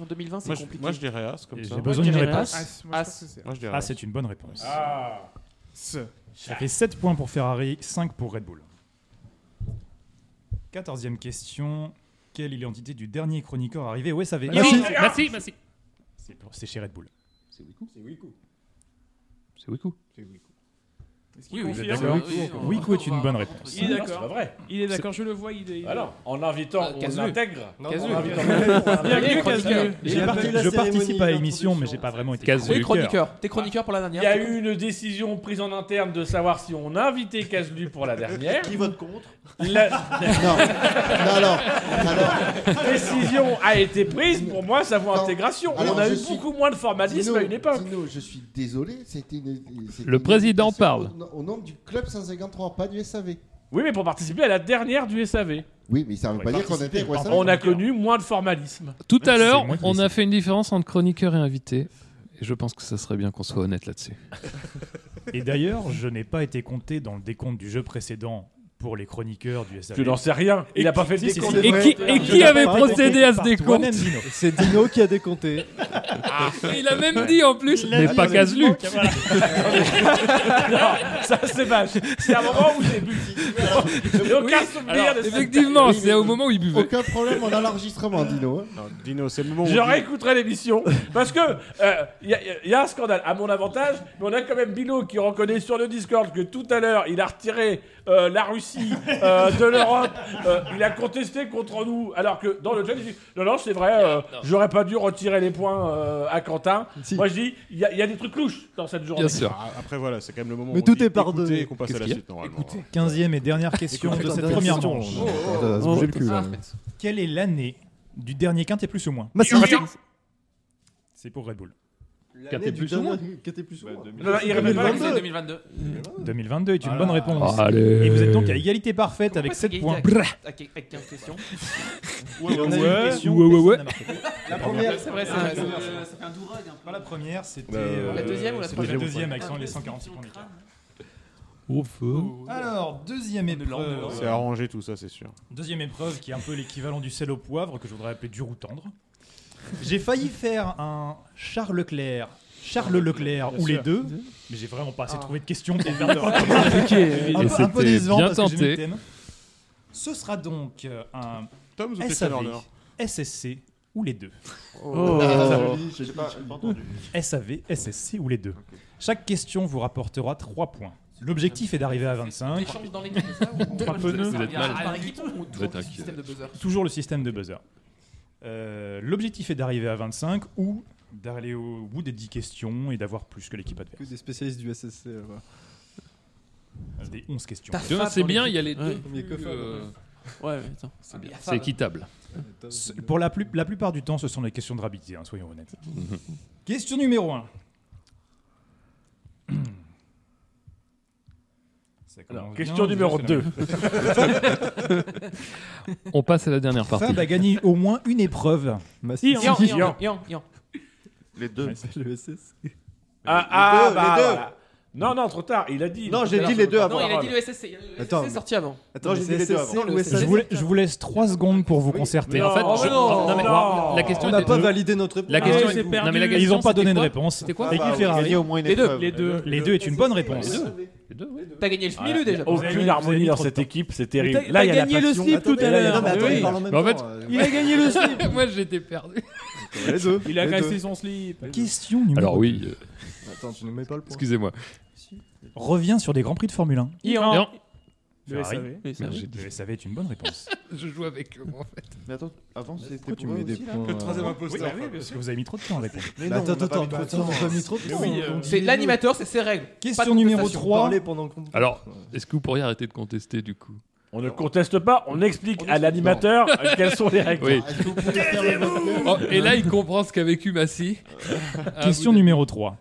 [SPEAKER 5] En 2020,
[SPEAKER 8] Moi,
[SPEAKER 5] c'est
[SPEAKER 8] je-
[SPEAKER 5] compliqué.
[SPEAKER 8] Moi, je dirais As
[SPEAKER 3] Et
[SPEAKER 8] comme ça.
[SPEAKER 3] J'ai besoin d'une
[SPEAKER 5] dirais
[SPEAKER 3] réponse.
[SPEAKER 5] As.
[SPEAKER 2] As, moi, je pense que c'est
[SPEAKER 8] Moi, je dirais
[SPEAKER 3] Ah, c'est une bonne réponse.
[SPEAKER 4] Ah,
[SPEAKER 2] Ce.
[SPEAKER 3] Ça fait 7 points pour Ferrari, 5 pour Red Bull. Quatorzième question. Quelle est l'identité du dernier chroniqueur arrivé au
[SPEAKER 10] Ah,
[SPEAKER 3] SAV
[SPEAKER 7] Merci, merci, merci.
[SPEAKER 3] C'est pour- C'est chez Red Bull.
[SPEAKER 7] C'est Wiku.
[SPEAKER 10] C'est Wiku.
[SPEAKER 7] C'est Wiku.
[SPEAKER 10] C'est Wiku.
[SPEAKER 5] Oui,
[SPEAKER 4] Vous êtes
[SPEAKER 5] oui,
[SPEAKER 4] d'accord
[SPEAKER 5] oui,
[SPEAKER 4] avec
[SPEAKER 5] oui,
[SPEAKER 4] vous,
[SPEAKER 5] on-
[SPEAKER 3] quoi. Oui, quoi, est une
[SPEAKER 5] on va-
[SPEAKER 3] bonne
[SPEAKER 5] on va-
[SPEAKER 3] réponse.
[SPEAKER 2] Il est
[SPEAKER 4] C'est pas
[SPEAKER 2] d'accord.
[SPEAKER 4] vrai.
[SPEAKER 2] Il est d'accord, je le vois. Il est.
[SPEAKER 4] Alors, en invitant,
[SPEAKER 5] Ah,
[SPEAKER 4] on
[SPEAKER 5] Casu.
[SPEAKER 4] intègre.
[SPEAKER 10] Non,
[SPEAKER 5] Casu.
[SPEAKER 10] non,
[SPEAKER 4] En
[SPEAKER 10] non,
[SPEAKER 4] invitant.
[SPEAKER 2] Bien
[SPEAKER 5] Il est
[SPEAKER 2] vu,
[SPEAKER 5] chroniqueur.
[SPEAKER 2] Casu.
[SPEAKER 5] Il
[SPEAKER 10] J'ai
[SPEAKER 3] Je,
[SPEAKER 5] est
[SPEAKER 10] appelé
[SPEAKER 3] parti-
[SPEAKER 10] la cérémonie
[SPEAKER 3] je
[SPEAKER 10] hein,
[SPEAKER 3] participe à
[SPEAKER 10] d'introduction.
[SPEAKER 3] l'émission, mais j'ai pas vraiment été.
[SPEAKER 7] Casu.
[SPEAKER 5] Oui, chroniqueur. T'es chroniqueur pour la
[SPEAKER 4] Il
[SPEAKER 5] dernière.
[SPEAKER 4] y a eu une décision prise en interne de savoir si on invitait Caslu pour la dernière.
[SPEAKER 10] Qui vote contre
[SPEAKER 4] La
[SPEAKER 6] Non, non, non. Alors,
[SPEAKER 4] décision a été prise pour moi, ça vaut
[SPEAKER 6] Non.
[SPEAKER 4] intégration.
[SPEAKER 6] Alors,
[SPEAKER 4] on a
[SPEAKER 6] je
[SPEAKER 4] eu
[SPEAKER 6] suis-
[SPEAKER 4] beaucoup moins de formalisme
[SPEAKER 2] bah,
[SPEAKER 4] à une époque.
[SPEAKER 6] Dino, je suis désolé. C'était une. c'était
[SPEAKER 7] Le
[SPEAKER 6] une
[SPEAKER 7] président
[SPEAKER 6] invitation
[SPEAKER 7] parle.
[SPEAKER 6] Au, au nom du club 153, pas du SAV.
[SPEAKER 4] Oui, mais pour participer à la dernière du SAV.
[SPEAKER 6] Oui, mais ça veut
[SPEAKER 3] Ouais,
[SPEAKER 6] pas dire qu'on était au SAV.
[SPEAKER 4] On a connu moins de formalisme.
[SPEAKER 7] Tout à
[SPEAKER 3] Merci,
[SPEAKER 7] l'heure,
[SPEAKER 3] moi qui
[SPEAKER 7] on a
[SPEAKER 3] décide.
[SPEAKER 7] fait une différence entre chroniqueur et invité. Et je pense que ça serait bien qu'on soit honnête là-dessus.
[SPEAKER 3] Et d'ailleurs, je n'ai pas été compté dans le décompte du jeu précédent pour les chroniqueurs du SAV.
[SPEAKER 4] Tu n'en sais rien. Il n'a pas fait de
[SPEAKER 3] si, si,
[SPEAKER 4] décompte.
[SPEAKER 3] si.
[SPEAKER 7] Et qui, et qui avait procédé à ce
[SPEAKER 3] Par
[SPEAKER 7] décompte
[SPEAKER 3] toi-même, Dino.
[SPEAKER 11] C'est Dino qui a décompté.
[SPEAKER 7] Il a même dit en plus,
[SPEAKER 11] Il l'a
[SPEAKER 7] mais
[SPEAKER 11] dit,
[SPEAKER 7] pas
[SPEAKER 11] mais-
[SPEAKER 7] Caslu.
[SPEAKER 4] Non, ça c'est vache. C'est un moment où j'ai bu. J'ai aucun souvenir de ça.
[SPEAKER 7] Effectivement,
[SPEAKER 6] Oui,
[SPEAKER 7] c'est
[SPEAKER 6] oui,
[SPEAKER 7] au
[SPEAKER 6] oui.
[SPEAKER 7] moment où il buvait.
[SPEAKER 6] Aucun problème, on a l'enregistrement, Dino. hein.
[SPEAKER 8] Non, Dino, c'est le moment où.
[SPEAKER 4] Je
[SPEAKER 8] on dit-
[SPEAKER 4] réécouterai l'émission parce que euh, il y, a- il y a un scandale à mon avantage, mais on a quand même Bilo qui reconnaît sur le Discord que tout à l'heure il a retiré euh, la Russie euh, de l'Europe, Euh, il a contesté contre nous, alors que dans le chat il dit non non c'est vrai, euh, j'aurais pas dû retirer les points euh, à Quentin.
[SPEAKER 11] Si.
[SPEAKER 4] Moi je dis il y, a- il y a des trucs louches dans cette journée.
[SPEAKER 7] Bien sûr.
[SPEAKER 8] Ah, Après, voilà, c'est quand même le moment
[SPEAKER 11] Mais
[SPEAKER 8] où on
[SPEAKER 11] tout
[SPEAKER 8] dit
[SPEAKER 11] est
[SPEAKER 8] écoutez
[SPEAKER 11] pardonné.
[SPEAKER 8] et qu'on passe à
[SPEAKER 7] Qu'est-ce qu'il
[SPEAKER 8] la
[SPEAKER 7] y a
[SPEAKER 8] suite normalement.
[SPEAKER 3] Quinzième et dernière question de cette première manche.
[SPEAKER 6] Oh,
[SPEAKER 11] Ça se bougeait le cul, là.
[SPEAKER 3] Quelle est l'année du dernier quintet plus ou moins
[SPEAKER 11] Massy.
[SPEAKER 3] C'est pour Red Bull.
[SPEAKER 11] Quand t'es
[SPEAKER 10] du
[SPEAKER 11] plus
[SPEAKER 10] tournoi.
[SPEAKER 11] jeune, quand t'es plus
[SPEAKER 10] Bah,
[SPEAKER 11] sourd.
[SPEAKER 10] 2000.
[SPEAKER 4] Non, non, il répète pas,
[SPEAKER 5] 2022. 2022.
[SPEAKER 3] 2022 est une bonne réponse.
[SPEAKER 7] Allez.
[SPEAKER 3] Et vous êtes donc à égalité parfaite
[SPEAKER 5] Comment
[SPEAKER 3] avec
[SPEAKER 5] c'est
[SPEAKER 3] 7
[SPEAKER 5] égalité
[SPEAKER 3] points.
[SPEAKER 5] Avec, avec- avec 15 questions.
[SPEAKER 11] Et on a
[SPEAKER 3] Ouais,
[SPEAKER 11] une question.
[SPEAKER 3] ouais, ouais, ouais.
[SPEAKER 11] personne n'a marqué.
[SPEAKER 6] La
[SPEAKER 5] Ouais,
[SPEAKER 6] première.
[SPEAKER 5] C'est vrai, Euh,
[SPEAKER 2] Ah, ça
[SPEAKER 5] c'est vrai. c'est vrai.
[SPEAKER 2] fait- ça fait un dourag un peu.
[SPEAKER 3] Pas la première, c'était.
[SPEAKER 8] Bah,
[SPEAKER 3] euh,
[SPEAKER 5] La deuxième ou la
[SPEAKER 3] c'était
[SPEAKER 5] troisième
[SPEAKER 3] La deuxième, avec
[SPEAKER 5] Ah,
[SPEAKER 3] cent-
[SPEAKER 5] ouais,
[SPEAKER 3] les
[SPEAKER 5] c'est
[SPEAKER 3] 146
[SPEAKER 5] une
[SPEAKER 3] points d'écart.
[SPEAKER 7] Au feu.
[SPEAKER 3] hein. Alors, deuxième épreuve.
[SPEAKER 8] C'est arrangé tout ça, c'est sûr.
[SPEAKER 3] Deuxième épreuve qui est un peu l'équivalent du sel au poivre, que je voudrais appeler dur ou tendre. J'ai failli faire un Charles Leclerc, Charles Leclerc
[SPEAKER 8] Bien
[SPEAKER 3] ou les
[SPEAKER 8] sûr.
[SPEAKER 3] deux, mais j'ai vraiment pas assez
[SPEAKER 5] Ah.
[SPEAKER 3] trouvé de questions pour faire des un,
[SPEAKER 7] Et
[SPEAKER 3] peu, un peu
[SPEAKER 7] c'était
[SPEAKER 3] décevant
[SPEAKER 7] bien
[SPEAKER 3] parce que j'ai mis le
[SPEAKER 7] tenté.
[SPEAKER 3] thème. Ce sera donc euh, un
[SPEAKER 8] Tom ou Christian Horner
[SPEAKER 3] SAV, SSC ou les deux.
[SPEAKER 7] Oh.
[SPEAKER 9] J'ai pas j'ai pas entendu.
[SPEAKER 3] SAV, SSC ou les deux. Chaque question vous rapportera 3 points. L'objectif est d'arriver à 25.
[SPEAKER 5] Échange dans l'équipe, c'est ça ou-
[SPEAKER 3] Trois pneus.
[SPEAKER 7] Vous êtes
[SPEAKER 5] Ah,
[SPEAKER 7] mal.
[SPEAKER 5] Par équipe ou
[SPEAKER 7] Vous
[SPEAKER 5] toujours
[SPEAKER 7] êtes
[SPEAKER 5] du
[SPEAKER 7] inquiet.
[SPEAKER 5] système de buzzer
[SPEAKER 3] Toujours le système de buzzer. Euh, L'objectif est d'arriver à 25 ou d'aller au bout des 10 questions et d'avoir plus que l'équipe adverse.
[SPEAKER 11] Que des spécialistes du SSC. là-bas.
[SPEAKER 3] Des 11 questions.
[SPEAKER 5] Ta
[SPEAKER 7] Tu vois,
[SPEAKER 5] femme
[SPEAKER 7] c'est
[SPEAKER 5] dans
[SPEAKER 7] bien, il
[SPEAKER 5] l'équipe.
[SPEAKER 7] y a les deux.
[SPEAKER 5] Ouais.
[SPEAKER 11] Premier coffre.
[SPEAKER 7] euh,
[SPEAKER 5] Ouais, ouais, attends.
[SPEAKER 7] c'est bien.
[SPEAKER 5] Ah,
[SPEAKER 7] C'est équitable.
[SPEAKER 3] Ce- Pour la, plus- la plupart du temps, ce sont les questions de rapidité, hein, soyons honnêtes. Question numéro 1.
[SPEAKER 4] Alors, question numéro 2.
[SPEAKER 7] On passe à la dernière partie.
[SPEAKER 3] Fab a gagné au moins une épreuve.
[SPEAKER 11] Massif.
[SPEAKER 5] Ian, Ian,
[SPEAKER 4] Ian.
[SPEAKER 5] Ian, Ian.
[SPEAKER 9] Les deux.
[SPEAKER 11] Le SS.
[SPEAKER 4] Ah, ah,
[SPEAKER 8] deux,
[SPEAKER 4] bah,
[SPEAKER 8] les deux.
[SPEAKER 4] voilà. Non, non, trop tard, il a dit.
[SPEAKER 8] Non,
[SPEAKER 4] Tout
[SPEAKER 8] j'ai
[SPEAKER 4] à
[SPEAKER 8] dit
[SPEAKER 4] l'heure,
[SPEAKER 8] les
[SPEAKER 4] je
[SPEAKER 8] deux
[SPEAKER 4] me
[SPEAKER 5] Non,
[SPEAKER 8] avant.
[SPEAKER 5] il a dit le SSC. Le
[SPEAKER 11] Attends,
[SPEAKER 5] SSC est sorti avant.
[SPEAKER 11] Attends,
[SPEAKER 8] Non, j'ai
[SPEAKER 11] le
[SPEAKER 8] dit les deux
[SPEAKER 11] SSC
[SPEAKER 8] avant.
[SPEAKER 11] ou
[SPEAKER 5] Non, le
[SPEAKER 3] Je
[SPEAKER 11] SSC
[SPEAKER 3] vous, la- je vous laisse 3 secondes pour vous concerter.
[SPEAKER 7] Mais en fait,
[SPEAKER 4] Oh,
[SPEAKER 7] je-
[SPEAKER 4] non,
[SPEAKER 7] non, mais-
[SPEAKER 4] non.
[SPEAKER 7] la question
[SPEAKER 11] On n'a
[SPEAKER 7] était-
[SPEAKER 11] pas validé notre réponse.
[SPEAKER 7] La question
[SPEAKER 4] Oh. Ah,
[SPEAKER 7] est-
[SPEAKER 4] c'est perdu.
[SPEAKER 7] non, mais la
[SPEAKER 3] Ils n'ont
[SPEAKER 7] question,
[SPEAKER 3] pas
[SPEAKER 7] c'était
[SPEAKER 3] donné de
[SPEAKER 7] quoi
[SPEAKER 3] réponse.
[SPEAKER 7] C'était quoi
[SPEAKER 3] L'équipe
[SPEAKER 11] Bah,
[SPEAKER 3] Ferrari.
[SPEAKER 8] au moins une
[SPEAKER 5] Les deux,
[SPEAKER 8] épreuve.
[SPEAKER 4] Les deux.
[SPEAKER 3] Les deux est une bonne réponse.
[SPEAKER 7] Les deux, ouais.
[SPEAKER 5] T'as gagné le schmilou déjà.
[SPEAKER 3] Vous avez mis-
[SPEAKER 4] Aucune
[SPEAKER 3] vous avez
[SPEAKER 4] harmonie
[SPEAKER 3] mis
[SPEAKER 4] dans
[SPEAKER 3] trop de
[SPEAKER 4] cette
[SPEAKER 3] temps.
[SPEAKER 4] équipe, c'est terrible.
[SPEAKER 2] t'as-
[SPEAKER 4] Là,
[SPEAKER 2] t'as
[SPEAKER 4] il y a
[SPEAKER 2] gagné
[SPEAKER 4] la
[SPEAKER 2] le
[SPEAKER 4] passion.
[SPEAKER 2] slip tout à l'heure.
[SPEAKER 11] Non, mais attends,
[SPEAKER 4] Oui.
[SPEAKER 11] ils parlent en même
[SPEAKER 7] Mais en
[SPEAKER 11] temps, euh,
[SPEAKER 2] Il a gagné le slip.
[SPEAKER 7] Moi, j'étais perdu.
[SPEAKER 11] Les deux.
[SPEAKER 4] Il a
[SPEAKER 11] les
[SPEAKER 4] cassé
[SPEAKER 11] deux.
[SPEAKER 4] son slip.
[SPEAKER 3] Question numéro
[SPEAKER 7] Alors oui, euh,
[SPEAKER 11] Attends, tu nous mets pas le point.
[SPEAKER 7] excusez-moi.
[SPEAKER 3] Revient sur des Grands Prix de Formule 1.
[SPEAKER 7] Non,
[SPEAKER 4] Le
[SPEAKER 3] Ferrari.
[SPEAKER 4] SAV.
[SPEAKER 5] Oui, ça
[SPEAKER 7] merde,
[SPEAKER 5] va.
[SPEAKER 7] j'ai dit-
[SPEAKER 3] Le SAV est une bonne réponse.
[SPEAKER 7] je joue avec eux, moi, en fait.
[SPEAKER 9] Mais attends, avant c'était
[SPEAKER 11] Pourquoi tu
[SPEAKER 9] pour
[SPEAKER 11] mets
[SPEAKER 9] eux
[SPEAKER 11] des
[SPEAKER 9] aussi, là
[SPEAKER 11] points euh,
[SPEAKER 3] Oui, bah oui, parce que vous avez mis trop de temps à répondre.
[SPEAKER 9] Mais
[SPEAKER 11] Bah,
[SPEAKER 9] non, on
[SPEAKER 11] Attends,
[SPEAKER 9] a pas
[SPEAKER 11] attends,
[SPEAKER 9] mis de
[SPEAKER 11] attends,
[SPEAKER 9] temps.
[SPEAKER 11] on a mis trop de temps. on dit
[SPEAKER 5] C'est
[SPEAKER 11] les
[SPEAKER 5] l'animateur, c'est ses règles. Pas de
[SPEAKER 3] Question numéro
[SPEAKER 5] contestation.
[SPEAKER 11] deux. On
[SPEAKER 3] 3.
[SPEAKER 11] parlait pendant qu'on-
[SPEAKER 7] Alors, est-ce que vous pourriez arrêter de contester, du coup
[SPEAKER 4] On ne conteste pas, on explique à l'animateur quelles sont les règles.
[SPEAKER 7] Oui.
[SPEAKER 6] Est-ce que vous pouvez faire le même
[SPEAKER 7] Oh, et là, il comprend ce qu'a vécu Massy. Ah,
[SPEAKER 3] Euh, Question
[SPEAKER 7] vous-
[SPEAKER 3] numéro 3.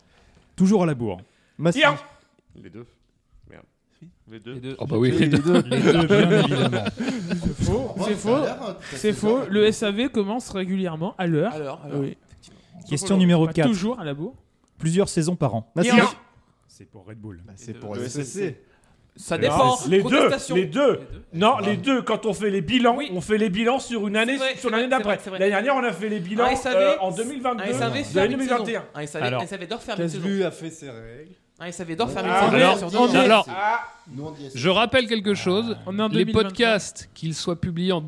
[SPEAKER 3] Toujours à la bourre.
[SPEAKER 11] Massif.
[SPEAKER 4] Ian.
[SPEAKER 8] Les deux. Merde.
[SPEAKER 9] Les
[SPEAKER 5] Les
[SPEAKER 9] deux.
[SPEAKER 5] deux.
[SPEAKER 7] Oh bah oui,
[SPEAKER 11] Les deux.
[SPEAKER 3] Les deux, bien évidemment.
[SPEAKER 6] Ah, C'est faux.
[SPEAKER 2] C'est faux.
[SPEAKER 6] hein.
[SPEAKER 2] C'est faux, le SAV commence régulièrement à l'heure.
[SPEAKER 5] Alors, alors.
[SPEAKER 2] Oui.
[SPEAKER 3] Question numéro
[SPEAKER 2] Pas
[SPEAKER 3] 4.
[SPEAKER 2] toujours à la bourre.
[SPEAKER 3] Plusieurs saisons par an.
[SPEAKER 11] Massif.
[SPEAKER 4] Ian.
[SPEAKER 3] C'est pour Red Bull.
[SPEAKER 11] Bah, C'est
[SPEAKER 5] deux.
[SPEAKER 11] pour
[SPEAKER 9] Le
[SPEAKER 11] SSC.
[SPEAKER 5] Ça
[SPEAKER 3] Les
[SPEAKER 5] dépend.
[SPEAKER 4] Les deux,
[SPEAKER 5] Contestation.
[SPEAKER 4] les deux.
[SPEAKER 5] Les deux.
[SPEAKER 4] Non, les deux, quand on fait les bilans,
[SPEAKER 5] Oui.
[SPEAKER 4] on fait les bilans sur une année,
[SPEAKER 5] vrai,
[SPEAKER 4] sur
[SPEAKER 5] c'est
[SPEAKER 4] l'année
[SPEAKER 5] vrai,
[SPEAKER 4] d'après.
[SPEAKER 5] c'est vrai,
[SPEAKER 4] L'année dernière, on a fait les bilans
[SPEAKER 5] Un SAV,
[SPEAKER 4] euh, en 2022,
[SPEAKER 5] Un SAV
[SPEAKER 4] de
[SPEAKER 5] ferme
[SPEAKER 4] l'année
[SPEAKER 5] une saison.
[SPEAKER 4] 2021.
[SPEAKER 5] Un
[SPEAKER 3] Alors.
[SPEAKER 5] SAV d'or ferme une saison.
[SPEAKER 11] Caslu a fait ses règles.
[SPEAKER 5] Un SAV d'or ferme
[SPEAKER 4] Ah,
[SPEAKER 5] une
[SPEAKER 7] alors,
[SPEAKER 5] saison.
[SPEAKER 7] on dit- alors,
[SPEAKER 6] Nous on dit SSC.
[SPEAKER 7] Je rappelle quelque chose.
[SPEAKER 2] On est en
[SPEAKER 7] Les
[SPEAKER 2] 2023.
[SPEAKER 7] podcasts, qu'ils soient publiés en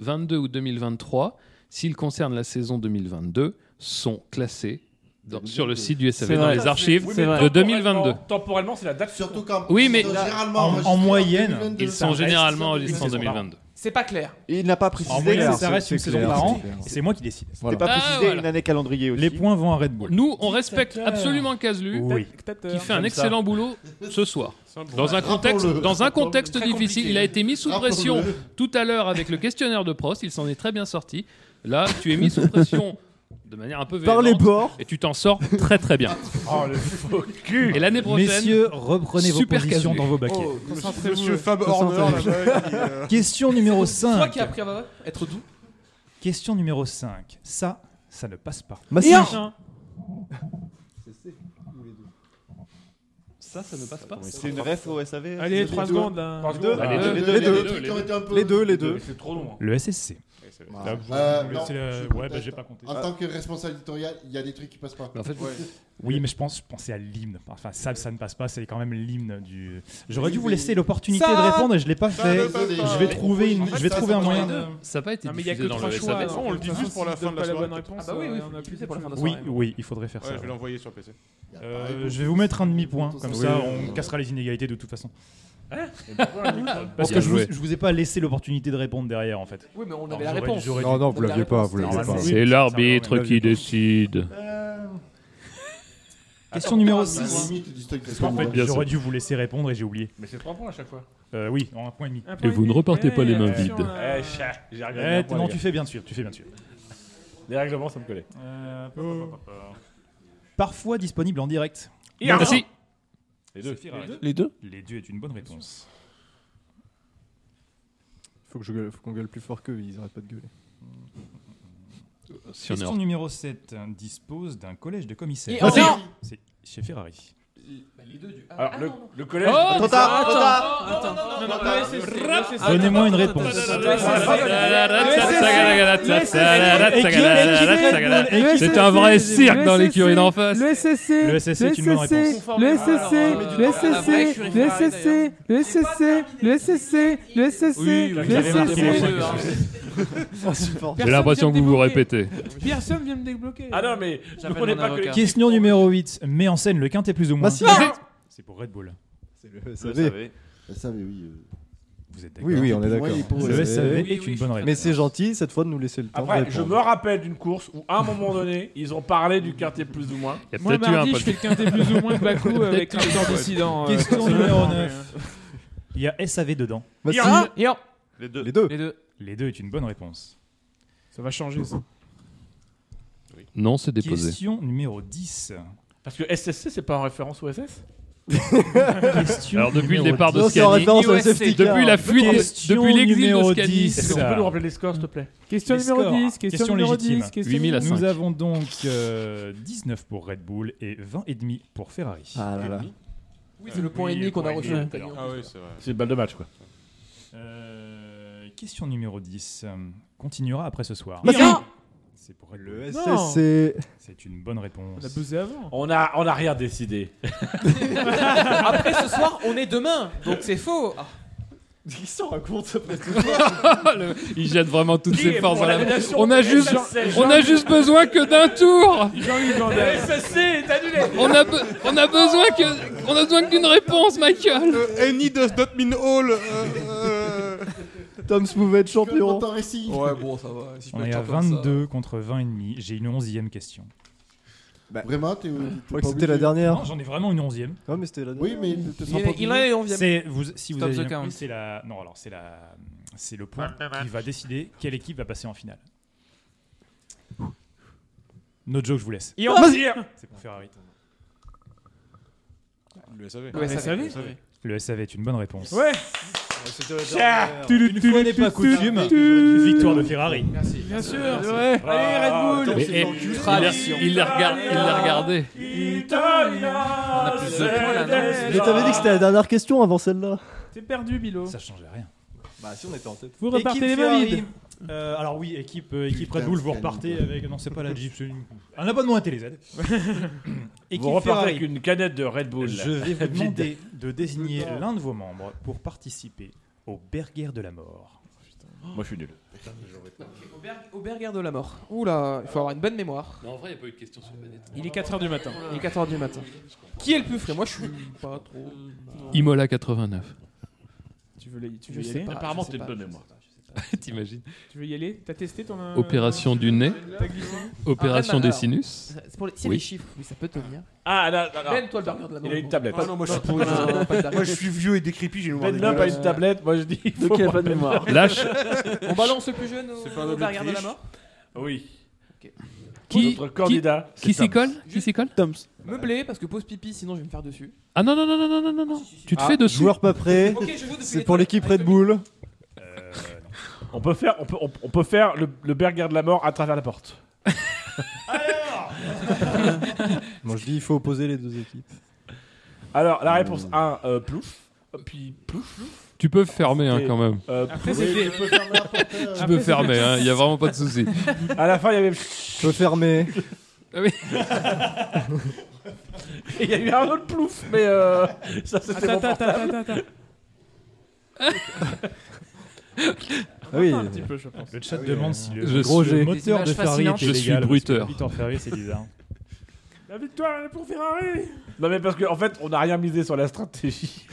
[SPEAKER 7] 2022 ou 2023, s'ils concernent la saison 2022, sont classés dans- sur le site du SAV,
[SPEAKER 2] C'est
[SPEAKER 7] dans
[SPEAKER 2] vrai.
[SPEAKER 7] les archives
[SPEAKER 4] Oui, mais
[SPEAKER 7] de
[SPEAKER 4] temporellement-
[SPEAKER 7] 2022.
[SPEAKER 4] Temporellement, c'est la date.
[SPEAKER 6] Surtout quand
[SPEAKER 7] Oui, mais-
[SPEAKER 6] ils sont
[SPEAKER 5] Là,
[SPEAKER 6] généralement
[SPEAKER 3] en- en
[SPEAKER 6] enregistrés
[SPEAKER 3] moyenne,
[SPEAKER 6] 2022.
[SPEAKER 7] Ils sont
[SPEAKER 3] reste
[SPEAKER 7] généralement
[SPEAKER 3] sur
[SPEAKER 7] enregistrés en
[SPEAKER 3] une saison par an.
[SPEAKER 7] 2022.
[SPEAKER 5] C'est pas clair.
[SPEAKER 8] Et il n'a pas
[SPEAKER 3] En
[SPEAKER 8] précisé.
[SPEAKER 3] moyenne,
[SPEAKER 8] hein.
[SPEAKER 3] ça
[SPEAKER 11] c'est-
[SPEAKER 3] reste une
[SPEAKER 11] c'est
[SPEAKER 3] saison
[SPEAKER 11] clair,
[SPEAKER 3] par an.
[SPEAKER 11] c'est clair.
[SPEAKER 3] Et c'est moi qui décide.
[SPEAKER 8] C'était pas
[SPEAKER 7] Ah,
[SPEAKER 8] précisé
[SPEAKER 7] voilà.
[SPEAKER 8] une année calendrier aussi.
[SPEAKER 3] Les points vont à Red Bull.
[SPEAKER 7] Nous, on respecte absolument Caslu,
[SPEAKER 3] Oui.
[SPEAKER 7] qui fait un excellent boulot ce soir. Dans un contexte,
[SPEAKER 6] Rappelons-le.
[SPEAKER 7] dans un contexte
[SPEAKER 5] Très
[SPEAKER 7] difficile,
[SPEAKER 5] compliqué.
[SPEAKER 7] il a été mis sous
[SPEAKER 6] Rappelons-le.
[SPEAKER 7] pression tout à l'heure avec le questionnaire de Prost, il s'en est très bien sorti. Là, tu es mis sous pression de manière un peu
[SPEAKER 11] Par les
[SPEAKER 7] véhémente,
[SPEAKER 11] bords.
[SPEAKER 7] et tu t'en sors très très bien.
[SPEAKER 4] Oh, le faux cul.
[SPEAKER 7] Et l'année prochaine,
[SPEAKER 3] Messieurs, reprenez vos
[SPEAKER 7] Super
[SPEAKER 3] positions
[SPEAKER 7] Casu.
[SPEAKER 3] dans vos baquets.
[SPEAKER 5] Oh,
[SPEAKER 8] Monsieur Fab Horner là-bas. il dit, euh,
[SPEAKER 3] Question numéro
[SPEAKER 5] C'est toi
[SPEAKER 3] 5.
[SPEAKER 5] qui as appris à Baba être doux.
[SPEAKER 3] Question numéro 5. Ça, ça ne passe pas.
[SPEAKER 11] Massif.
[SPEAKER 7] ça, ça ne passe pas.
[SPEAKER 8] C'est une ref au SAV.
[SPEAKER 2] Allez,
[SPEAKER 8] les
[SPEAKER 2] 3
[SPEAKER 8] deux.
[SPEAKER 2] secondes là.
[SPEAKER 4] Trois secondes.
[SPEAKER 8] Allez,
[SPEAKER 4] Ah,
[SPEAKER 8] les deux, les
[SPEAKER 11] deux.
[SPEAKER 8] deux.
[SPEAKER 6] Les trucs qui ont été un peu-
[SPEAKER 11] Les deux, les deux.
[SPEAKER 4] C'est trop long. hein.
[SPEAKER 3] Le SSC.
[SPEAKER 6] Euh,
[SPEAKER 3] Vous
[SPEAKER 6] non,
[SPEAKER 3] laissez la-
[SPEAKER 6] je
[SPEAKER 3] Ouais, bah, j'ai pas compté.
[SPEAKER 4] Ah,
[SPEAKER 6] En tant que responsable éditorial, il y a des trucs qui passent pas.
[SPEAKER 7] En fait,
[SPEAKER 3] Oui, mais je pense, je pensais à l'hymne. Enfin, ça, ça ne passe pas. C'est quand même l'hymne du. J'aurais dû vous laisser l'opportunité
[SPEAKER 5] Ça
[SPEAKER 3] de répondre et je l'ai pas fait.
[SPEAKER 8] ne passe pas.
[SPEAKER 3] Je vais trouver, une-
[SPEAKER 6] En fait,
[SPEAKER 3] je vais
[SPEAKER 6] ça,
[SPEAKER 3] trouver
[SPEAKER 6] ça
[SPEAKER 3] un
[SPEAKER 6] passe
[SPEAKER 3] moyen.
[SPEAKER 6] pas.
[SPEAKER 3] de-
[SPEAKER 7] ça n'a pas été
[SPEAKER 2] Non, mais il y a
[SPEAKER 7] diffusé
[SPEAKER 2] que
[SPEAKER 7] dans
[SPEAKER 2] trois
[SPEAKER 7] le
[SPEAKER 2] choix.
[SPEAKER 7] SAV.
[SPEAKER 2] alors,
[SPEAKER 8] On
[SPEAKER 2] de
[SPEAKER 8] le
[SPEAKER 2] toute
[SPEAKER 8] diffuse
[SPEAKER 2] façon,
[SPEAKER 8] pour la
[SPEAKER 2] s'il
[SPEAKER 8] fin
[SPEAKER 2] donne
[SPEAKER 8] de la
[SPEAKER 2] pas
[SPEAKER 8] soirée,
[SPEAKER 2] bonne
[SPEAKER 8] peut-être.
[SPEAKER 2] réponse,
[SPEAKER 5] Ah bah oui,
[SPEAKER 2] euh,
[SPEAKER 5] oui,
[SPEAKER 2] on a
[SPEAKER 5] c'est
[SPEAKER 2] plus
[SPEAKER 5] pour la fin de la
[SPEAKER 3] Oui,
[SPEAKER 5] soirée.
[SPEAKER 3] oui, il faudrait faire ça.
[SPEAKER 8] Ouais, je vais l'envoyer sur PC.
[SPEAKER 6] Il y a
[SPEAKER 3] Euh,
[SPEAKER 6] pareil pour-
[SPEAKER 3] je vais vous mettre un demi-point, comme
[SPEAKER 6] Oui,
[SPEAKER 3] ça
[SPEAKER 6] oui,
[SPEAKER 3] on
[SPEAKER 6] oui.
[SPEAKER 3] cassera les inégalités de toute façon.
[SPEAKER 7] Parce
[SPEAKER 3] Parce
[SPEAKER 7] Bien
[SPEAKER 3] que je vous,
[SPEAKER 7] joué.
[SPEAKER 3] je vous ai pas laissé l'opportunité de répondre derrière en fait.
[SPEAKER 5] Oui, mais on avait
[SPEAKER 3] Alors,
[SPEAKER 5] la
[SPEAKER 3] j'aurais-
[SPEAKER 5] réponse.
[SPEAKER 3] j'aurais dû-
[SPEAKER 11] Non, non, vous
[SPEAKER 5] La
[SPEAKER 11] l'aviez pas,
[SPEAKER 5] réponse,
[SPEAKER 11] vous l'aviez
[SPEAKER 4] Ah,
[SPEAKER 3] normalement.
[SPEAKER 11] pas.
[SPEAKER 3] C'est l'arbitre
[SPEAKER 7] Ah, qui décide.
[SPEAKER 3] Question numéro
[SPEAKER 6] C'est la
[SPEAKER 3] 6.
[SPEAKER 6] limite du stock de
[SPEAKER 3] En fait,
[SPEAKER 7] bien
[SPEAKER 3] j'aurais dû vous laisser répondre et j'ai oublié.
[SPEAKER 4] Mais c'est 3 points à chaque fois.
[SPEAKER 3] Euh, oui, en un point et demi.
[SPEAKER 2] Un point
[SPEAKER 7] vous ne
[SPEAKER 2] demi.
[SPEAKER 7] repartez pas
[SPEAKER 2] Eh,
[SPEAKER 7] les mains
[SPEAKER 2] attention,
[SPEAKER 7] vides.
[SPEAKER 2] euh,
[SPEAKER 4] Eh, chat, j'ai
[SPEAKER 3] Eh,
[SPEAKER 4] regardé.
[SPEAKER 3] t- non, tu fais bien sûr, tu fais bien sûr. Euh,
[SPEAKER 4] Les règlements, ça me collait.
[SPEAKER 3] Oh. Parfois disponible en direct.
[SPEAKER 4] Iran.
[SPEAKER 3] Merci.
[SPEAKER 4] Les deux.
[SPEAKER 3] Sophie Raret.
[SPEAKER 4] Les deux
[SPEAKER 3] Les deux est une bonne réponse.
[SPEAKER 11] Faut que je gueule- faut qu'on gueule plus fort qu'eux, ils arrêtent pas de gueuler.
[SPEAKER 7] Si on est
[SPEAKER 3] Question
[SPEAKER 7] hors-
[SPEAKER 3] numéro 7 dispose d'un collège de commissaires.
[SPEAKER 5] Et- Ah, si. non.
[SPEAKER 3] C'est chez Ferrari.
[SPEAKER 5] les deux du.
[SPEAKER 4] Alors, le, le collège.
[SPEAKER 5] Oh,
[SPEAKER 4] Attends,
[SPEAKER 5] trop tard,
[SPEAKER 4] attends,
[SPEAKER 5] trop tard. Non,
[SPEAKER 4] attends,
[SPEAKER 5] non,
[SPEAKER 4] attends,
[SPEAKER 5] non, non,
[SPEAKER 4] attends, attends,
[SPEAKER 5] non,
[SPEAKER 4] attends,
[SPEAKER 5] non,
[SPEAKER 4] attends,
[SPEAKER 5] non,
[SPEAKER 4] attends,
[SPEAKER 3] Donnez-moi une
[SPEAKER 4] attends,
[SPEAKER 3] réponse.
[SPEAKER 4] attends, attends,
[SPEAKER 7] C'était un vrai cirque dans l'écurie d'en face.
[SPEAKER 12] Le SSC,
[SPEAKER 7] Le SSC est une bonne réponse.
[SPEAKER 12] Le SSC, le SSC, le SSC, le SSC, le SSC, le SSC,
[SPEAKER 7] Oui, oui,
[SPEAKER 12] le
[SPEAKER 7] j'avais marqué les
[SPEAKER 12] SSC.
[SPEAKER 7] points.
[SPEAKER 12] Personne
[SPEAKER 7] J'ai l'impression que
[SPEAKER 12] vient
[SPEAKER 7] vous
[SPEAKER 12] me
[SPEAKER 7] vous
[SPEAKER 12] débloquer.
[SPEAKER 7] répétez.
[SPEAKER 12] Personne vient me débloquer.
[SPEAKER 4] Ah non, mais ne prenez pas que les
[SPEAKER 3] Question numéro 8 met en scène le quintet plus ou moins.
[SPEAKER 11] si.
[SPEAKER 3] C'est pour Red Bull.
[SPEAKER 11] C'est le
[SPEAKER 6] SAV. SAV, oui. euh.
[SPEAKER 3] Vous êtes
[SPEAKER 11] Oui, oui, on est
[SPEAKER 6] Oui,
[SPEAKER 11] d'accord.
[SPEAKER 6] pour
[SPEAKER 3] Le SAV est une bonne
[SPEAKER 11] Mais
[SPEAKER 3] réponse.
[SPEAKER 11] c'est gentil cette fois de nous laisser le temps de
[SPEAKER 4] Après, je
[SPEAKER 11] répondre.
[SPEAKER 4] me rappelle d'une course où, à un moment donné, ils ont parlé du quartier plus ou moins.
[SPEAKER 7] Il y a
[SPEAKER 12] Moi,
[SPEAKER 7] peut-être eu un
[SPEAKER 12] mardi, je
[SPEAKER 7] pote.
[SPEAKER 12] fais le quintet plus ou moins de Bakou avec un temps dissident. euh,
[SPEAKER 3] Question numéro
[SPEAKER 12] personnellement,
[SPEAKER 3] 9. Il y a SAV dedans.
[SPEAKER 11] Bah, si.
[SPEAKER 12] Iran. Iran.
[SPEAKER 8] Les deux.
[SPEAKER 11] Les deux.
[SPEAKER 12] Les deux.
[SPEAKER 3] Les deux est une bonne réponse.
[SPEAKER 12] Ça va changer ça.
[SPEAKER 7] Non, c'est déposé.
[SPEAKER 3] Question numéro 10.
[SPEAKER 4] Parce que SSC, c'est pas en référence au SS
[SPEAKER 3] Question
[SPEAKER 7] Alors, depuis le
[SPEAKER 3] numéro
[SPEAKER 7] départ de
[SPEAKER 3] 10.
[SPEAKER 7] Scani- Non, c'est en référence
[SPEAKER 11] à la safety car.
[SPEAKER 7] Depuis la fuite,
[SPEAKER 3] Question
[SPEAKER 7] depuis l'exil de
[SPEAKER 3] numéro
[SPEAKER 7] Scani.
[SPEAKER 3] 10.
[SPEAKER 4] Est-ce qu'on peut nous rappeler les scores, s'il te plaît
[SPEAKER 12] Question
[SPEAKER 3] Les
[SPEAKER 12] numéro
[SPEAKER 3] scores.
[SPEAKER 12] 10, question numéro 10,
[SPEAKER 3] légitime.
[SPEAKER 12] question
[SPEAKER 7] 8000 à
[SPEAKER 12] numéro
[SPEAKER 7] 5.
[SPEAKER 3] Nous avons donc euh, 19 pour Red Bull et 20,5 pour Ferrari.
[SPEAKER 11] Ah là là.
[SPEAKER 5] Oui, c'est le point ennemi qu'on a reçu.
[SPEAKER 9] Ah oui, c'est vrai.
[SPEAKER 4] C'est une balle de match, quoi.
[SPEAKER 3] Euh, question numéro 10. euh, Continuera après ce soir.
[SPEAKER 12] Iran.
[SPEAKER 3] C'est pour Red Bull.
[SPEAKER 11] Le
[SPEAKER 12] Non.
[SPEAKER 11] SSC.
[SPEAKER 3] C'est une bonne réponse.
[SPEAKER 12] On a buzzé avant.
[SPEAKER 4] On a, on a rien décidé.
[SPEAKER 5] Après ce soir, on est demain, donc c'est faux. Ah.
[SPEAKER 8] Ils s'en racontent
[SPEAKER 7] Le- Il jette vraiment toutes
[SPEAKER 4] Qui est
[SPEAKER 7] ses forces
[SPEAKER 4] pour
[SPEAKER 7] dans la
[SPEAKER 4] l'annulation
[SPEAKER 7] On a juste,
[SPEAKER 4] SSC?
[SPEAKER 7] on a juste besoin que d'un tour.
[SPEAKER 12] Jean-Luc Vandal.
[SPEAKER 4] SSC est annulé
[SPEAKER 7] On a, be- on a besoin que, on a besoin que d'une réponse, Michael.
[SPEAKER 8] Euh, Any does not mean all. euh, euh,
[SPEAKER 11] Tom Smouvet
[SPEAKER 6] Que
[SPEAKER 11] champion.
[SPEAKER 6] Montan Racing.
[SPEAKER 5] Ouais, bon, ça va. Si je
[SPEAKER 3] On
[SPEAKER 5] peux
[SPEAKER 3] est
[SPEAKER 5] être
[SPEAKER 3] à
[SPEAKER 5] comme ça.
[SPEAKER 3] 22 contre 20,5. J'ai une 11e question.
[SPEAKER 6] Vraiment, t'es. t'es
[SPEAKER 11] Je
[SPEAKER 6] pas
[SPEAKER 11] crois que c'était la
[SPEAKER 6] obligé.
[SPEAKER 11] dernière.
[SPEAKER 3] Non, j'en ai vraiment une 11e.
[SPEAKER 11] Ouais, mais c'était la
[SPEAKER 6] Oui,
[SPEAKER 11] dernière.
[SPEAKER 6] mais ne te
[SPEAKER 5] Il
[SPEAKER 6] sens
[SPEAKER 5] est-
[SPEAKER 6] pas
[SPEAKER 5] Il
[SPEAKER 6] obligé.
[SPEAKER 5] est 11
[SPEAKER 3] C'est vous si vous
[SPEAKER 5] Stop
[SPEAKER 3] avez
[SPEAKER 5] the
[SPEAKER 3] bien
[SPEAKER 5] count.
[SPEAKER 3] compris, c'est la non alors c'est la c'est le point qui va décider quelle équipe va passer en finale. No joke, je vous laisse.
[SPEAKER 4] Et on tire
[SPEAKER 3] C'est pour Ferrari.
[SPEAKER 9] Le SAV.
[SPEAKER 5] Ouais, ça va.
[SPEAKER 3] Le SAV est une bonne réponse.
[SPEAKER 4] Ouais
[SPEAKER 3] Une fois n'est pas coutume, victoire de Ferrari.
[SPEAKER 12] Bien sûr.
[SPEAKER 4] Ah. Allez, Red Bull
[SPEAKER 7] Mais, eh, il l'a
[SPEAKER 5] Tradition.
[SPEAKER 7] il l'a regard- il l'a regardé.
[SPEAKER 5] plus de
[SPEAKER 4] Italia
[SPEAKER 5] points, là, non
[SPEAKER 4] c'est
[SPEAKER 11] Mais t'avais dit que c'était la dernière question avant celle-là.
[SPEAKER 12] T'es perdu, Bilo.
[SPEAKER 3] Ça change rien.
[SPEAKER 11] Bah si on était en tête.
[SPEAKER 12] Vous repartez les mains vides.
[SPEAKER 3] Euh, alors oui, équipe, euh, équipe
[SPEAKER 6] Putain,
[SPEAKER 3] Red Bull, vous
[SPEAKER 6] Scania.
[SPEAKER 3] repartez avec non c'est pas la Jeep, c'est une- un abonnement à TéléZ. équipe
[SPEAKER 4] Vous repartez
[SPEAKER 3] Ferrari.
[SPEAKER 4] avec une canette de Red Bull.
[SPEAKER 3] Je vais vous demander de désigner l'un de vos membres pour participer au Berger de la mort.
[SPEAKER 4] Moi, je suis nul.
[SPEAKER 5] Au Berger de la mort. Oula, il faut avoir une bonne mémoire.
[SPEAKER 7] en vrai, il n'y a pas eu de question sur Benetton.
[SPEAKER 12] Il est 4h du matin.
[SPEAKER 5] Il est 4h du matin. Qui est le plus frais Moi, je suis pas trop.
[SPEAKER 7] Imola 89.
[SPEAKER 12] Tu veux, les- tu
[SPEAKER 5] Je
[SPEAKER 12] veux y
[SPEAKER 5] sais
[SPEAKER 12] aller
[SPEAKER 5] pas.
[SPEAKER 4] Apparemment,
[SPEAKER 5] je sais
[SPEAKER 4] t'es de
[SPEAKER 5] pas,
[SPEAKER 4] bonne
[SPEAKER 5] je sais
[SPEAKER 4] mémoire.
[SPEAKER 5] pas, je sais pas.
[SPEAKER 7] T'imagines
[SPEAKER 12] Tu veux y aller T'as testé ton. euh,
[SPEAKER 7] Opération du nez,
[SPEAKER 12] ta glycémie
[SPEAKER 7] opération
[SPEAKER 5] Ah,
[SPEAKER 7] des
[SPEAKER 5] alors.
[SPEAKER 7] sinus.
[SPEAKER 5] C'est pour les... S'il y a
[SPEAKER 7] Oui.
[SPEAKER 5] des chiffres, oui, ça peut tenir.
[SPEAKER 4] Ah, là, là, là.
[SPEAKER 5] Ben, toi, le Berger de la mort.
[SPEAKER 4] Il a une tablette.
[SPEAKER 5] Pas-
[SPEAKER 8] non, moi, je suis
[SPEAKER 5] non, non, non, pas de Berger.
[SPEAKER 8] Moi, je suis vieux et décrépit, j'ai une mémoire
[SPEAKER 4] Ah, Ben Lump a
[SPEAKER 8] dégueulasse.
[SPEAKER 4] une tablette, moi je dis. il faut
[SPEAKER 12] Donc il a
[SPEAKER 4] voir
[SPEAKER 12] pas de
[SPEAKER 4] Ben
[SPEAKER 12] mémoire.
[SPEAKER 7] Lâche.
[SPEAKER 5] On balance le plus jeune au,
[SPEAKER 8] C'est pas un
[SPEAKER 5] au Berger de la
[SPEAKER 8] obligé.
[SPEAKER 5] mort.
[SPEAKER 4] Lump. Oui.
[SPEAKER 7] Qui,
[SPEAKER 4] Notre
[SPEAKER 7] qui,
[SPEAKER 4] candidat.
[SPEAKER 7] qui
[SPEAKER 4] c'est
[SPEAKER 7] s'y
[SPEAKER 4] Tom.
[SPEAKER 7] colle Qui s'y colle
[SPEAKER 5] Meublé, parce que pose pipi, sinon je vais me faire dessus.
[SPEAKER 7] Ah non, non, non, non, non, non, non, non. Tu te
[SPEAKER 11] Ah,
[SPEAKER 7] fais dessus.
[SPEAKER 11] Joueur pas prêt.
[SPEAKER 5] Ok, je joue depuis
[SPEAKER 11] C'est
[SPEAKER 5] les
[SPEAKER 11] pour
[SPEAKER 5] toilettes.
[SPEAKER 11] l'équipe Red Bull.
[SPEAKER 3] Euh, non.
[SPEAKER 4] On peut faire, on peut, on, on peut faire le, le Berger de la mort à travers la porte.
[SPEAKER 11] Moi je dis il faut opposer les deux équipes.
[SPEAKER 4] Alors, la réponse 1, euh, plouf. Puis plouf.
[SPEAKER 7] Tu peux fermer hein,
[SPEAKER 4] Et-
[SPEAKER 7] quand même.
[SPEAKER 4] Euh,
[SPEAKER 12] Après,
[SPEAKER 6] Oui,
[SPEAKER 12] c'était.
[SPEAKER 6] tu peux faire n'importe quoi.
[SPEAKER 3] euh,
[SPEAKER 7] Tu peux fermer, il n'y a vraiment pas de souci.
[SPEAKER 4] à la fin, il y avait.
[SPEAKER 11] Je peux fermer.
[SPEAKER 4] Il y a eu un autre plouf, mais euh, ça c'était
[SPEAKER 12] Attends,
[SPEAKER 4] mon
[SPEAKER 12] attends, attends,
[SPEAKER 4] portable.
[SPEAKER 12] attends, attends.
[SPEAKER 11] Ah oui.
[SPEAKER 12] Un petit peu, je pense.
[SPEAKER 3] Le chat demande si le,
[SPEAKER 7] Je
[SPEAKER 3] gros
[SPEAKER 7] suis-
[SPEAKER 3] le
[SPEAKER 5] Des
[SPEAKER 3] moteur
[SPEAKER 5] images
[SPEAKER 3] de Ferrari
[SPEAKER 5] fascinantes.
[SPEAKER 3] était
[SPEAKER 7] Je
[SPEAKER 3] légal,
[SPEAKER 7] suis
[SPEAKER 3] parce que
[SPEAKER 7] bruiteur.
[SPEAKER 3] Victor Ferrari, c'est bizarre.
[SPEAKER 4] La victoire, elle est pour Ferrari Non, mais parce qu'en en fait, on n'a rien misé sur la stratégie.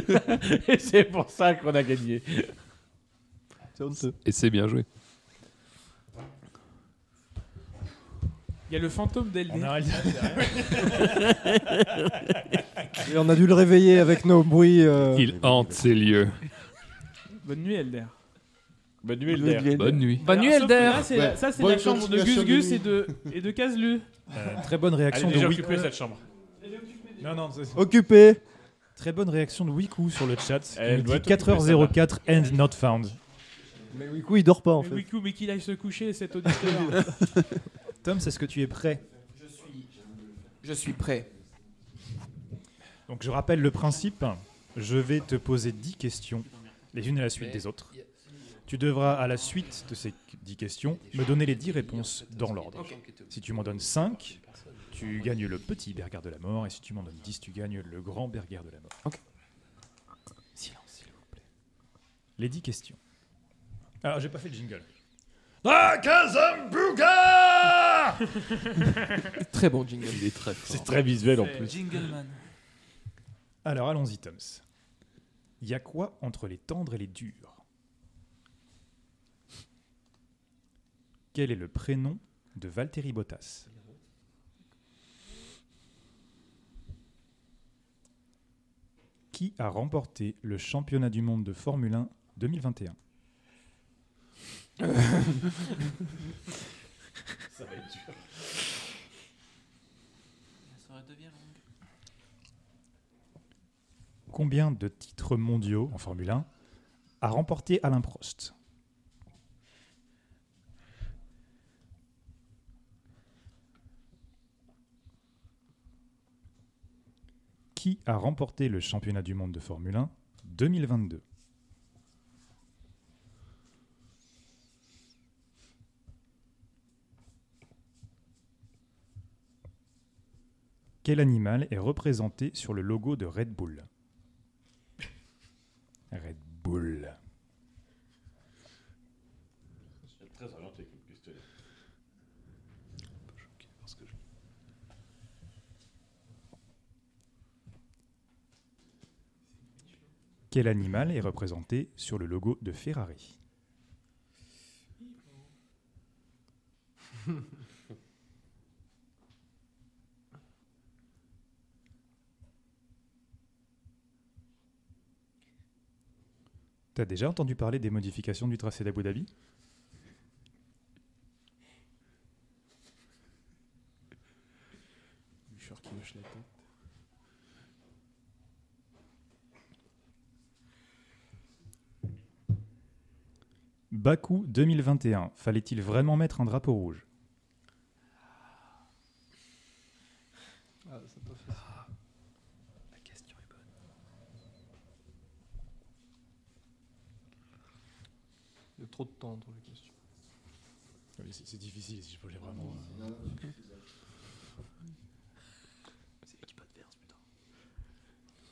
[SPEAKER 4] Et c'est pour ça qu'on a gagné.
[SPEAKER 11] C'est honteux.
[SPEAKER 7] Et c'est bien joué.
[SPEAKER 12] Il y a le fantôme d'Elder.
[SPEAKER 3] On arrête.
[SPEAKER 11] Et on a dû le réveiller avec nos bruits. euh,
[SPEAKER 7] Il hante ces lieux.
[SPEAKER 12] Bonne nuit, Elder.
[SPEAKER 8] Bah,
[SPEAKER 4] Bonne nuit, Elder.
[SPEAKER 7] Bonne nuit.
[SPEAKER 13] Bonne nuit,
[SPEAKER 2] Alors, sauf que
[SPEAKER 13] Elder.
[SPEAKER 2] là, c'est la- Ça, c'est la chambre de Gus Gus et de, et de Kazlu.
[SPEAKER 3] Euh, très bonne réaction
[SPEAKER 4] Elle est déjà
[SPEAKER 3] de Wiku.
[SPEAKER 4] occupée, cette chambre.
[SPEAKER 3] Non, non, c'est-
[SPEAKER 11] Occupé.
[SPEAKER 3] Très bonne réaction de Wiku sur le chat. qui
[SPEAKER 4] Elle
[SPEAKER 3] nous
[SPEAKER 4] doit
[SPEAKER 3] dit
[SPEAKER 4] être occupée,
[SPEAKER 3] 4h04 and not found.
[SPEAKER 11] Mais du coup, il dort pas en
[SPEAKER 3] Mais
[SPEAKER 11] fait.
[SPEAKER 2] Wiku, mais qu'il aille se coucher, cet auditeur.
[SPEAKER 3] Euh, Tom, est-ce que tu es prêt
[SPEAKER 5] Je suis. Je suis prêt.
[SPEAKER 3] Donc je rappelle le principe. Je vais te poser 10 questions, les unes à la suite des autres. Tu devras, à la suite de ces 10 questions, me donner les 10 réponses dans l'ordre. Si tu m'en donnes 5, tu gagnes le petit Berger de la mort, et si tu m'en donnes 10, tu gagnes le grand Berger de la mort.
[SPEAKER 5] Silence, s'il vous plaît.
[SPEAKER 3] Les 10 questions. Alors, j'ai pas fait le jingle.
[SPEAKER 5] Très bon jingle.
[SPEAKER 3] Il est très fort.
[SPEAKER 4] C'est très visuel en plus.
[SPEAKER 2] Jingleman.
[SPEAKER 3] Alors allons-y, Toms. Il y a quoi entre les tendres et les durs Quel est le prénom de Valtteri Bottas Qui a remporté le championnat du monde de Formule 1 2021
[SPEAKER 4] Ça va être dur.
[SPEAKER 2] Ça redevient long.
[SPEAKER 3] Combien de titres mondiaux en Formule 1 a remporté Alain Prost Qui a remporté le championnat du monde de Formule 1 2022 Quel animal est représenté sur le logo de Red Bull Red Bull.
[SPEAKER 4] Très orienté comme question.
[SPEAKER 3] Quel animal est représenté sur le logo de Ferrari T'as déjà entendu parler des modifications du tracé d'Abu Dhabi
[SPEAKER 10] Bûcheur qui hoche la tête.
[SPEAKER 3] Bakou 2021, fallait-il vraiment mettre un drapeau rouge
[SPEAKER 12] Ah, Il y a trop de temps dans les questions.
[SPEAKER 4] C'est difficile si je voulais vraiment.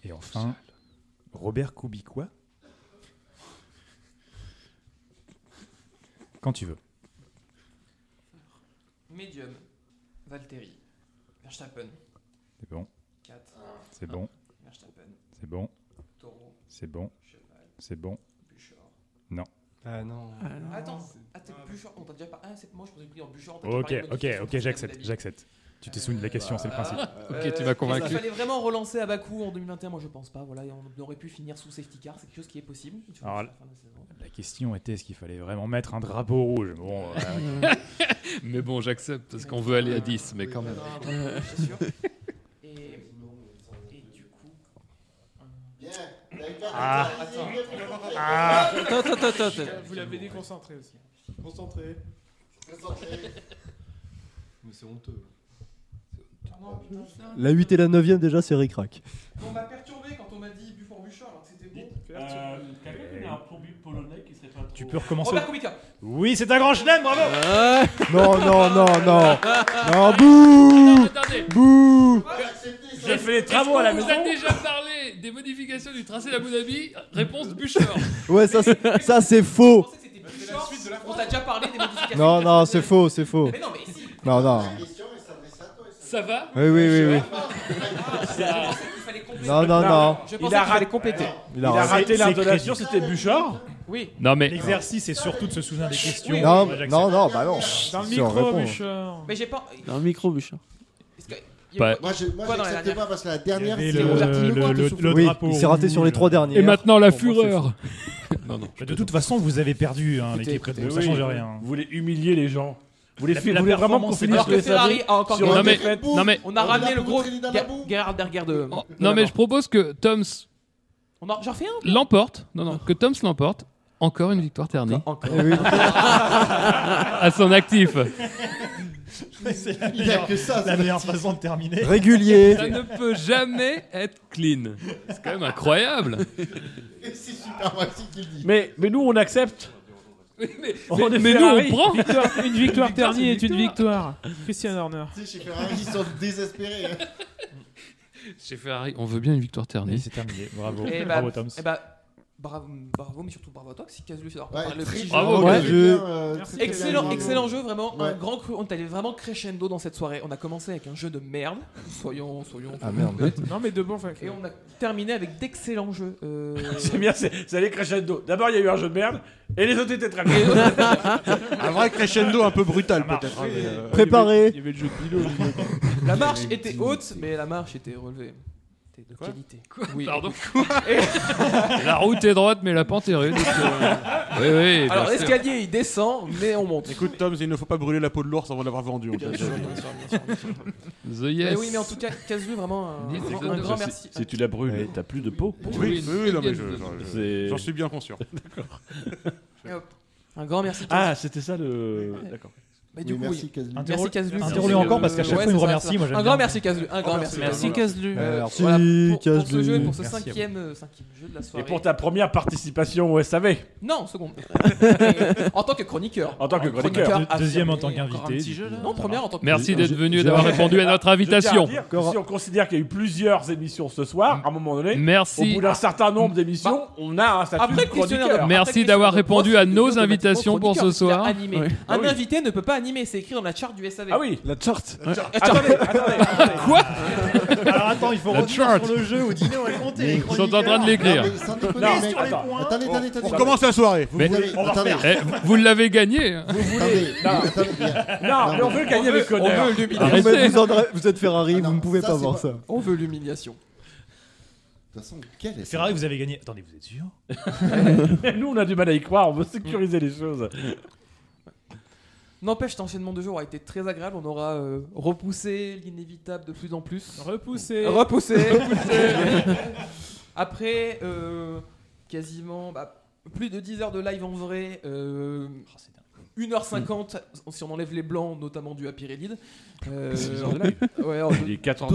[SPEAKER 3] Et enfin, Robert Kubica Quand tu veux.
[SPEAKER 5] Medium. Valtteri. Verstappen.
[SPEAKER 3] C'est bon.
[SPEAKER 5] 4.
[SPEAKER 3] C'est bon.
[SPEAKER 5] Verstappen.
[SPEAKER 3] C'est bon.
[SPEAKER 5] Taureau.
[SPEAKER 3] C'est bon. C'est bon.
[SPEAKER 5] Bûcheur.
[SPEAKER 3] Non.
[SPEAKER 12] Ah non.
[SPEAKER 5] Attends, attends, Bûcheur, on t'a déjà parlé. Ah, c'est moi, je pensais que en Bûcheur. on t'a déjà
[SPEAKER 3] Ok,
[SPEAKER 5] parlé de
[SPEAKER 3] ok,
[SPEAKER 5] modification
[SPEAKER 3] ok,
[SPEAKER 5] du
[SPEAKER 3] j'accepte,
[SPEAKER 5] Abu Dhabi.
[SPEAKER 3] j'accepte. Tu t'es souvenu de la question, c'est le principe.
[SPEAKER 5] Euh, Il fallait vraiment relancer à Bakou en 2021, moi je pense pas. Voilà, et on aurait pu finir sous safety car, c'est quelque chose qui est possible. tu vois,
[SPEAKER 3] Alors,
[SPEAKER 5] sur la fin de la saison.
[SPEAKER 3] La question était est-ce qu'il fallait vraiment mettre un drapeau rouge Bon, euh,
[SPEAKER 7] Mais bon, j'accepte parce qu'on veut aller à 10, mais quand même.
[SPEAKER 5] Euh, c'est sûr. Et, et du coup.
[SPEAKER 7] Ah.
[SPEAKER 5] Attends.
[SPEAKER 2] Ah.
[SPEAKER 5] Attends, attends, attends, attends.
[SPEAKER 2] Vous l'avez déconcentré aussi.
[SPEAKER 10] Concentré. Concentré. Mais c'est honteux.
[SPEAKER 11] La 8 et la 9 déjà, c'est ricrac.
[SPEAKER 5] On m'a perturbé quand on m'a dit Buford Bûcheur alors que c'était bon.
[SPEAKER 4] Euh, Quelqu'un connaît un plombier polonais qui serait pas trop.
[SPEAKER 3] tu peux recommencer.
[SPEAKER 5] Robert Kubica.
[SPEAKER 3] Oui, c'est un grand chelem, bravo
[SPEAKER 11] Non, non, non, non. Non, bouh
[SPEAKER 7] Attendez.
[SPEAKER 11] Bouh
[SPEAKER 4] J'ai fait les travaux à la
[SPEAKER 7] Est-ce qu'on
[SPEAKER 4] maison.
[SPEAKER 7] vous a déjà parlé des modifications du tracé d'Abu Dhabi Réponse Bûcheur.
[SPEAKER 11] Ouais, ça, c'est- ça c'est faux.
[SPEAKER 5] Bah, On t'a déjà parlé des modifications.
[SPEAKER 11] Non, non, c'est faux, c'est faux.
[SPEAKER 5] Mais non, mais si.
[SPEAKER 11] Non, non.
[SPEAKER 7] Ça va
[SPEAKER 11] Oui, oui, oui, oui. Non, non, non.
[SPEAKER 5] Je
[SPEAKER 4] Il
[SPEAKER 5] pensais
[SPEAKER 4] a
[SPEAKER 5] qu'il fallait
[SPEAKER 4] raté
[SPEAKER 5] compléter.
[SPEAKER 11] Il a raté.
[SPEAKER 4] raté
[SPEAKER 3] C'est-
[SPEAKER 4] l'art
[SPEAKER 3] c'est
[SPEAKER 4] de
[SPEAKER 3] crédible.
[SPEAKER 4] nation, c'était Bouchard.
[SPEAKER 5] Oui.
[SPEAKER 7] Non, mais-
[SPEAKER 3] L'exercice est surtout de se souvenir des questions.
[SPEAKER 11] Non,
[SPEAKER 3] Moi, j'accepte.
[SPEAKER 11] non, non, bah
[SPEAKER 2] Dans
[SPEAKER 11] non.
[SPEAKER 2] le
[SPEAKER 11] Si on
[SPEAKER 2] micro,
[SPEAKER 11] répond.
[SPEAKER 2] Bûcheur.
[SPEAKER 5] Mais j'ai pas.
[SPEAKER 13] Dans le micro, Bûcheur.
[SPEAKER 5] Est-ce que- il y a eu
[SPEAKER 6] Moi, je- moi
[SPEAKER 5] quoi dans la
[SPEAKER 6] j'accepte
[SPEAKER 5] dernière
[SPEAKER 6] pas parce que la dernière,
[SPEAKER 3] Il y avait
[SPEAKER 6] c'est
[SPEAKER 3] le-
[SPEAKER 6] Robert
[SPEAKER 3] le-
[SPEAKER 6] Kiyomaki.
[SPEAKER 3] le- le-
[SPEAKER 11] Oui,
[SPEAKER 3] drapeau
[SPEAKER 11] il s'est raté sur les
[SPEAKER 3] rouge.
[SPEAKER 11] trois hein. dernières.
[SPEAKER 7] Et maintenant la
[SPEAKER 11] Pour moi, c'est
[SPEAKER 7] fureur. Oh, Non, non,
[SPEAKER 3] Bah, de toute façon, vous avez perdu hein, l'équipe Red Bull, ça change rien.
[SPEAKER 4] Vous voulez humilier les gens. Vous voulez,
[SPEAKER 3] La-
[SPEAKER 4] fi-
[SPEAKER 3] la
[SPEAKER 4] vous voulez vraiment qu'on
[SPEAKER 3] performance est
[SPEAKER 4] finisse
[SPEAKER 3] là.
[SPEAKER 4] le
[SPEAKER 3] Alors que Ferrari
[SPEAKER 4] SAV
[SPEAKER 3] a encore
[SPEAKER 4] sur
[SPEAKER 7] gagné.
[SPEAKER 4] une
[SPEAKER 7] Non, mais-
[SPEAKER 4] défaite
[SPEAKER 7] non, mais-
[SPEAKER 5] On a
[SPEAKER 7] On
[SPEAKER 5] ramené
[SPEAKER 7] a
[SPEAKER 5] le gros
[SPEAKER 7] foutu
[SPEAKER 5] Gerhard Berger de.
[SPEAKER 7] Non, mais je propose que Toms
[SPEAKER 5] On en j'en refais un
[SPEAKER 7] l'emporte. Non, non, que Toms l'emporte. Encore une victoire ternie.
[SPEAKER 5] Eh oui.
[SPEAKER 7] à son actif.
[SPEAKER 3] C'est la
[SPEAKER 7] Il y a
[SPEAKER 3] meilleure,
[SPEAKER 7] que ça,
[SPEAKER 3] la
[SPEAKER 7] c'est
[SPEAKER 3] meilleure
[SPEAKER 7] parti.
[SPEAKER 3] façon de terminer.
[SPEAKER 7] Ça ne peut jamais être clean. C'est quand même incroyable.
[SPEAKER 6] C'est super Maxi qui le dit.
[SPEAKER 4] Mais, mais nous, on accepte. est
[SPEAKER 7] mais,
[SPEAKER 12] mais nous,
[SPEAKER 4] Ferrari.
[SPEAKER 12] on prend. Victoire- une
[SPEAKER 4] Une
[SPEAKER 12] victoire
[SPEAKER 4] c'est
[SPEAKER 12] ternie
[SPEAKER 4] une
[SPEAKER 12] est une victoire. Christian Horner.
[SPEAKER 6] Tu sais, chez Ferrari, ils sont désespérés. hein.
[SPEAKER 7] Chez Ferrari, on veut bien une victoire ternie.
[SPEAKER 3] C'est terminé. Bravo.
[SPEAKER 5] Eh bah,
[SPEAKER 3] Bravo, Toms.
[SPEAKER 5] eh bah, bravo, bravo, mais surtout bravo à toi, si Casu fait
[SPEAKER 6] Ouais,
[SPEAKER 5] le
[SPEAKER 6] très
[SPEAKER 5] petit jeu.
[SPEAKER 7] bravo, Bravo, Casu. Casu.
[SPEAKER 6] Euh,
[SPEAKER 5] Merci,
[SPEAKER 6] très
[SPEAKER 5] excellent,
[SPEAKER 6] bien.
[SPEAKER 5] excellent jeu, vraiment. Un
[SPEAKER 6] Ouais.
[SPEAKER 5] grand cru. On est allé vraiment crescendo dans cette soirée. On a commencé avec un jeu de merde. Soyons, soyons.
[SPEAKER 11] Ah, merde.
[SPEAKER 12] Non, mais de bon, enfin.
[SPEAKER 5] Et on a terminé avec d'excellents jeux. Euh,
[SPEAKER 4] C'est bien, c'est c'est allé crescendo. D'abord, il y a eu un jeu de merde, et les autres étaient très bien.
[SPEAKER 8] Un vrai crescendo un peu brutal, peut-être. hein, mais, euh,
[SPEAKER 11] Préparé.
[SPEAKER 4] Il y avait le jeu de Bilo.
[SPEAKER 5] La marche était haute, mais la marche était relevée. C'était de qualité. Oui.
[SPEAKER 7] Pardon La route est droite, mais la pente est rude. donc, euh, Oui, oui. bien
[SPEAKER 5] Alors,
[SPEAKER 7] sûr.
[SPEAKER 5] l'escalier, il descend, mais on monte.
[SPEAKER 8] Écoute, Tom, il ne faut pas brûler la peau de l'ours avant de l'avoir vendu.
[SPEAKER 5] Bien sûr, bien sûr, bien sûr, bien sûr.
[SPEAKER 7] The yes.
[SPEAKER 5] Mais Eh oui, mais en tout cas, Casu, vraiment euh, un,
[SPEAKER 7] Yes,
[SPEAKER 5] un- un
[SPEAKER 7] exactement.
[SPEAKER 5] grand
[SPEAKER 7] Si-
[SPEAKER 5] merci.
[SPEAKER 13] Si tu la brûles, t'as plus de peau.
[SPEAKER 8] Oui, oui, oui, non, mais je-
[SPEAKER 13] C'est-
[SPEAKER 8] je- j'en suis bien conscient. D'accord.
[SPEAKER 5] Et hop. Un grand merci.
[SPEAKER 13] Ah, c'était ça le. D'accord.
[SPEAKER 5] Mais du
[SPEAKER 6] Oui,
[SPEAKER 5] coup,
[SPEAKER 6] merci,
[SPEAKER 5] oui.
[SPEAKER 6] Casu.
[SPEAKER 3] Interro-
[SPEAKER 5] Casu.
[SPEAKER 3] interro-le encore, parce qu'à chaque fois, il me remercie, moi, j'aime
[SPEAKER 5] Un grand
[SPEAKER 3] bien.
[SPEAKER 5] merci Casu. Un grand
[SPEAKER 3] Oh,
[SPEAKER 5] merci.
[SPEAKER 3] merci,
[SPEAKER 5] Voilà.
[SPEAKER 3] Casu.
[SPEAKER 5] Euh,
[SPEAKER 3] Merci,
[SPEAKER 5] voilà, pour- Pour ce
[SPEAKER 3] Casu.
[SPEAKER 5] jeu, pour ce
[SPEAKER 3] Merci à vous.
[SPEAKER 5] cinquième euh, cinquième jeu de la
[SPEAKER 4] Et
[SPEAKER 5] soirée.
[SPEAKER 4] pour ta première participation au SAV.
[SPEAKER 5] Non, seconde. en tant que chroniqueur.
[SPEAKER 4] En tant que chroniqueur.
[SPEAKER 5] affirmé,
[SPEAKER 3] Deuxième en tant
[SPEAKER 5] encore
[SPEAKER 3] qu'invité,
[SPEAKER 5] un petit
[SPEAKER 3] du
[SPEAKER 5] jeu,
[SPEAKER 3] coup.
[SPEAKER 5] là Non, première en tant que.
[SPEAKER 7] Merci d'être venu et
[SPEAKER 11] j'ai-
[SPEAKER 7] d'avoir répondu à notre
[SPEAKER 4] Je tiens à
[SPEAKER 7] invitation.
[SPEAKER 4] dire que si on considère qu'il y a eu plusieurs émissions ce soir, à un moment donné,
[SPEAKER 7] Merci.
[SPEAKER 4] au bout d'un certain nombre d'émissions, on a un statut
[SPEAKER 5] Après
[SPEAKER 4] de
[SPEAKER 5] le questionnaire
[SPEAKER 4] chroniqueur.
[SPEAKER 5] de-
[SPEAKER 7] Merci
[SPEAKER 5] après le
[SPEAKER 7] d'avoir
[SPEAKER 5] questionnaire de
[SPEAKER 7] répondu
[SPEAKER 5] Prost,
[SPEAKER 7] à
[SPEAKER 5] c'est
[SPEAKER 7] nos
[SPEAKER 5] automatiquement
[SPEAKER 7] invitations pour ce
[SPEAKER 5] chroniqueur, il a
[SPEAKER 7] soir.
[SPEAKER 5] animé.
[SPEAKER 7] Oui.
[SPEAKER 5] Un
[SPEAKER 7] Ah oui.
[SPEAKER 5] invité ne peut pas animer, c'est écrit dans la charte du SAV.
[SPEAKER 4] Ah oui
[SPEAKER 11] La charte.
[SPEAKER 4] Attendez, attendez, attendez.
[SPEAKER 7] Quoi
[SPEAKER 3] Alors attends, il faut
[SPEAKER 7] La
[SPEAKER 3] revenir
[SPEAKER 7] chart.
[SPEAKER 3] sur le jeu. Au dîner, on va compter. les
[SPEAKER 7] Ils sont en
[SPEAKER 3] chroniqueurs.
[SPEAKER 7] train de l'écrire.
[SPEAKER 6] Non, mais sans déconner,
[SPEAKER 4] Non,
[SPEAKER 6] mec.
[SPEAKER 4] sur les
[SPEAKER 6] Attends,
[SPEAKER 4] points.
[SPEAKER 6] Attendez, attendez,
[SPEAKER 8] On
[SPEAKER 6] attendez.
[SPEAKER 8] commence la soirée. Vous
[SPEAKER 7] Mais-
[SPEAKER 6] voulez-
[SPEAKER 4] on va
[SPEAKER 6] attendez,
[SPEAKER 7] Eh, vous l'avez gagné. hein.
[SPEAKER 4] Vous voulez
[SPEAKER 6] attendez,
[SPEAKER 4] Non,
[SPEAKER 6] attendez, bien.
[SPEAKER 4] non, mais on veut gagner avec honneur.
[SPEAKER 11] Non, mais
[SPEAKER 7] Arrêtez.
[SPEAKER 11] vous, en- vous êtes Ferrari,
[SPEAKER 6] Ah non,
[SPEAKER 11] vous ne pouvez
[SPEAKER 6] ça,
[SPEAKER 11] pas
[SPEAKER 6] c'est
[SPEAKER 11] voir
[SPEAKER 6] pas-
[SPEAKER 11] ça.
[SPEAKER 5] On veut l'humiliation.
[SPEAKER 6] De toute façon, quel est
[SPEAKER 3] Ferrari, vous avez gagné. Attendez, vous êtes sûr
[SPEAKER 4] Mais Nous, on a du mal à y croire, on veut sécuriser les choses.
[SPEAKER 5] N'empêche, cet enchaînement de jours a été très agréable. On aura euh, repoussé l'inévitable de plus en plus.
[SPEAKER 12] Repoussé.
[SPEAKER 4] Euh,
[SPEAKER 5] Repoussé. Après, euh, quasiment bah, plus de 10 heures de live en vrai.
[SPEAKER 7] Oh,
[SPEAKER 5] euh,
[SPEAKER 7] Mm.
[SPEAKER 5] 1h50 si on enlève les blancs, notamment du Happy Rélide. Euh, ouais, on-
[SPEAKER 9] Il est 4h du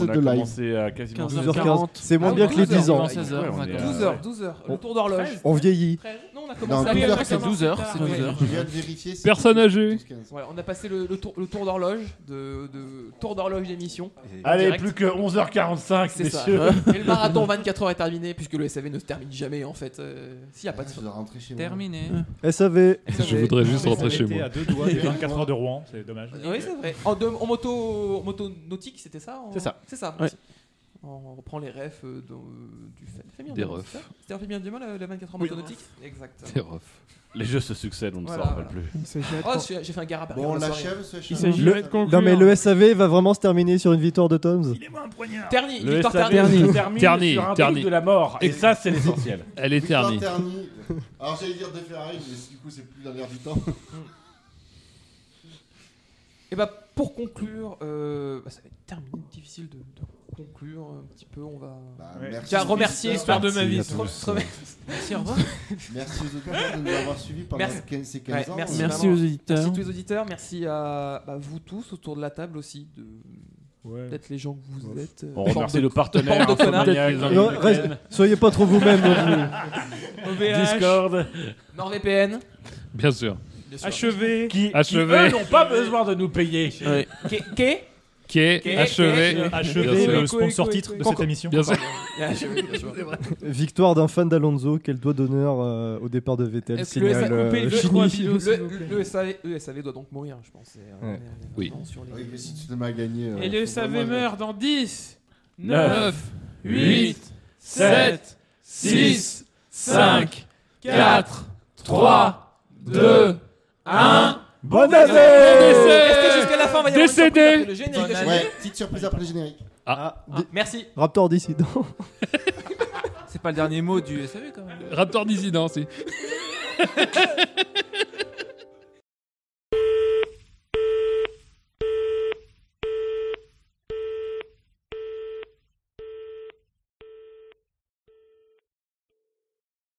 [SPEAKER 9] matin, on a
[SPEAKER 6] de live.
[SPEAKER 9] commencé à quasiment
[SPEAKER 11] 12 h
[SPEAKER 9] 12h40.
[SPEAKER 11] 15 C'est moins
[SPEAKER 5] Ah,
[SPEAKER 11] bien que les
[SPEAKER 5] 12 heures,
[SPEAKER 11] 10 ans.
[SPEAKER 5] ouais.
[SPEAKER 2] 16 heures,
[SPEAKER 9] Ouais, on est à-
[SPEAKER 5] 12h, 12h, le tour d'horloge.
[SPEAKER 11] On vieillit.
[SPEAKER 5] 13, non, on a
[SPEAKER 6] Non,
[SPEAKER 5] commencé à
[SPEAKER 6] 12 heures,
[SPEAKER 5] commencer
[SPEAKER 6] c'est
[SPEAKER 2] 12 heures,
[SPEAKER 5] tard.
[SPEAKER 2] c'est 12 heures.
[SPEAKER 6] Je viens de vérifier. c'est
[SPEAKER 7] Personne âgée.
[SPEAKER 6] 12-15.
[SPEAKER 5] Ouais, on a passé le, le tour, le tour d'horloge, de, de- tour d'horloge d'émission.
[SPEAKER 4] Allez,
[SPEAKER 5] bah, Direct.
[SPEAKER 4] plus que 11h45,
[SPEAKER 5] C'est ça.
[SPEAKER 4] messieurs.
[SPEAKER 5] Et le marathon 24 heures est terminé puisque le SAV ne se termine jamais en fait. euh, S'il n'y a pas de
[SPEAKER 6] Je dois rentrer chez moi.
[SPEAKER 2] Terminé.
[SPEAKER 11] SAV.
[SPEAKER 7] Je voudrais juste rentrer chez
[SPEAKER 3] Était
[SPEAKER 7] moi.
[SPEAKER 3] à deux doigts des 24 heures de Rouen, Ah, c'est dommage.
[SPEAKER 5] Oui, c'est vrai. En, deux- en moto, en moto nautique, c'était ça en-
[SPEAKER 9] C'est ça.
[SPEAKER 5] C'est ça.
[SPEAKER 9] Ouais.
[SPEAKER 5] On reprend les refs euh, dans- euh, du fait. fait bien
[SPEAKER 7] Des
[SPEAKER 5] du mal,
[SPEAKER 7] refs.
[SPEAKER 5] c'est ça C'était un fait bien du mal, euh, la, la 24 heures
[SPEAKER 9] Oui.
[SPEAKER 5] moto nautique Exact.
[SPEAKER 7] C'est rough.
[SPEAKER 13] Les jeux se succèdent, on ne
[SPEAKER 5] Voilà,
[SPEAKER 13] s'en rappelle
[SPEAKER 5] voilà.
[SPEAKER 13] plus.
[SPEAKER 12] Il s'agit
[SPEAKER 5] Oh,
[SPEAKER 12] de-
[SPEAKER 5] j'ai j'ai fait un garab.
[SPEAKER 6] Bon, on l'achève ce
[SPEAKER 12] il
[SPEAKER 6] chien.
[SPEAKER 12] s'agit
[SPEAKER 11] Le-
[SPEAKER 12] de conclure.
[SPEAKER 11] Non, mais
[SPEAKER 7] hein.
[SPEAKER 11] le SAV va vraiment se terminer sur une victoire de Tom's.
[SPEAKER 5] Terni,
[SPEAKER 9] Le
[SPEAKER 5] Victor
[SPEAKER 9] SAV.
[SPEAKER 5] Terni.
[SPEAKER 4] Termine
[SPEAKER 7] Terni,
[SPEAKER 4] sur un truc
[SPEAKER 7] Terni.
[SPEAKER 4] de la mort. Et ça, c'est l'essentiel.
[SPEAKER 7] Elle est
[SPEAKER 6] Victoire
[SPEAKER 7] ternie.
[SPEAKER 6] ternie. Alors j'allais dire de Ferrari, mais du coup c'est plus dans l'air du temps.
[SPEAKER 5] Et bah pour conclure, euh, bah, ça va être terminé, difficile de, de conclure un petit peu. On va.
[SPEAKER 6] Bah,
[SPEAKER 2] Ouais.
[SPEAKER 6] merci
[SPEAKER 5] Tiens,
[SPEAKER 6] aux
[SPEAKER 5] remercier
[SPEAKER 6] auditeurs.
[SPEAKER 5] Histoire de ma vie.
[SPEAKER 11] Merci à tous.
[SPEAKER 5] Se remer-
[SPEAKER 2] Merci, au revoir.
[SPEAKER 6] Merci aux auditeurs de nous avoir suivis pendant
[SPEAKER 5] Merci.
[SPEAKER 6] 15, ces 15
[SPEAKER 5] Ouais,
[SPEAKER 6] ans.
[SPEAKER 5] merci,
[SPEAKER 12] Merci
[SPEAKER 5] vraiment.
[SPEAKER 12] aux
[SPEAKER 5] Merci à
[SPEAKER 12] auditeurs.
[SPEAKER 5] tous les auditeurs, merci à bah, vous tous autour de la table aussi, de peut-être les gens que vous êtes. euh,
[SPEAKER 9] On
[SPEAKER 5] bande
[SPEAKER 9] remercie
[SPEAKER 5] de-
[SPEAKER 9] nos partenaires,
[SPEAKER 5] bande de connards.
[SPEAKER 9] Insomniac,
[SPEAKER 7] Peut-être les
[SPEAKER 11] Non,
[SPEAKER 9] Insomniac,
[SPEAKER 11] reste- soyez pas trop vous-même. non plus.
[SPEAKER 4] Discord,
[SPEAKER 5] NordVPN.
[SPEAKER 7] Bien sûr.
[SPEAKER 5] Bien sûr.
[SPEAKER 3] Achevé.
[SPEAKER 4] qui, qui
[SPEAKER 7] Achevé.
[SPEAKER 4] eux n'ont pas besoin de nous payer.
[SPEAKER 5] Qu'est- qu'est-
[SPEAKER 7] Qui est
[SPEAKER 5] Qu'est-
[SPEAKER 7] achevé.
[SPEAKER 5] qu'est-
[SPEAKER 7] Bien
[SPEAKER 3] Achevé
[SPEAKER 7] sûr.
[SPEAKER 3] le sponsor titre de cette émission.
[SPEAKER 7] Bien sûr.
[SPEAKER 2] Ah,
[SPEAKER 11] Victoire d'un fan d'Alonso. Quel doigt d'honneur euh, au départ de Vettel.
[SPEAKER 5] Est-ce que le
[SPEAKER 11] signale,
[SPEAKER 5] SA coupez
[SPEAKER 11] euh,
[SPEAKER 5] le
[SPEAKER 11] Chini.
[SPEAKER 5] micro à Bilo, s'il vous plaît Le SAV le SAV doit donc mourir, je pense. Et, euh, on est- on est
[SPEAKER 7] Oui.
[SPEAKER 5] vraiment sur les-
[SPEAKER 6] Oui, mais si tu te m'as gagné. euh,
[SPEAKER 12] Et le
[SPEAKER 6] faut
[SPEAKER 12] SAV
[SPEAKER 6] vraiment-
[SPEAKER 12] meurt dans 10,
[SPEAKER 4] Neuf,
[SPEAKER 12] 9,
[SPEAKER 7] 9,
[SPEAKER 12] 8,
[SPEAKER 7] 8,
[SPEAKER 12] 7,
[SPEAKER 7] 6,
[SPEAKER 12] 5, 4,
[SPEAKER 7] 3, 2, 1.
[SPEAKER 4] Bonne
[SPEAKER 5] Ah, Restez jusqu'à la fin, on va y avoir une surprise
[SPEAKER 7] Décédé.
[SPEAKER 5] après le générique de générique.
[SPEAKER 11] Ah,
[SPEAKER 6] Ouais, petite surprise après le générique.
[SPEAKER 5] Ah, Merci.
[SPEAKER 11] Raptor dissident.
[SPEAKER 5] C'est pas le dernier mot du SAV quand même.
[SPEAKER 7] Raptor dissident, si.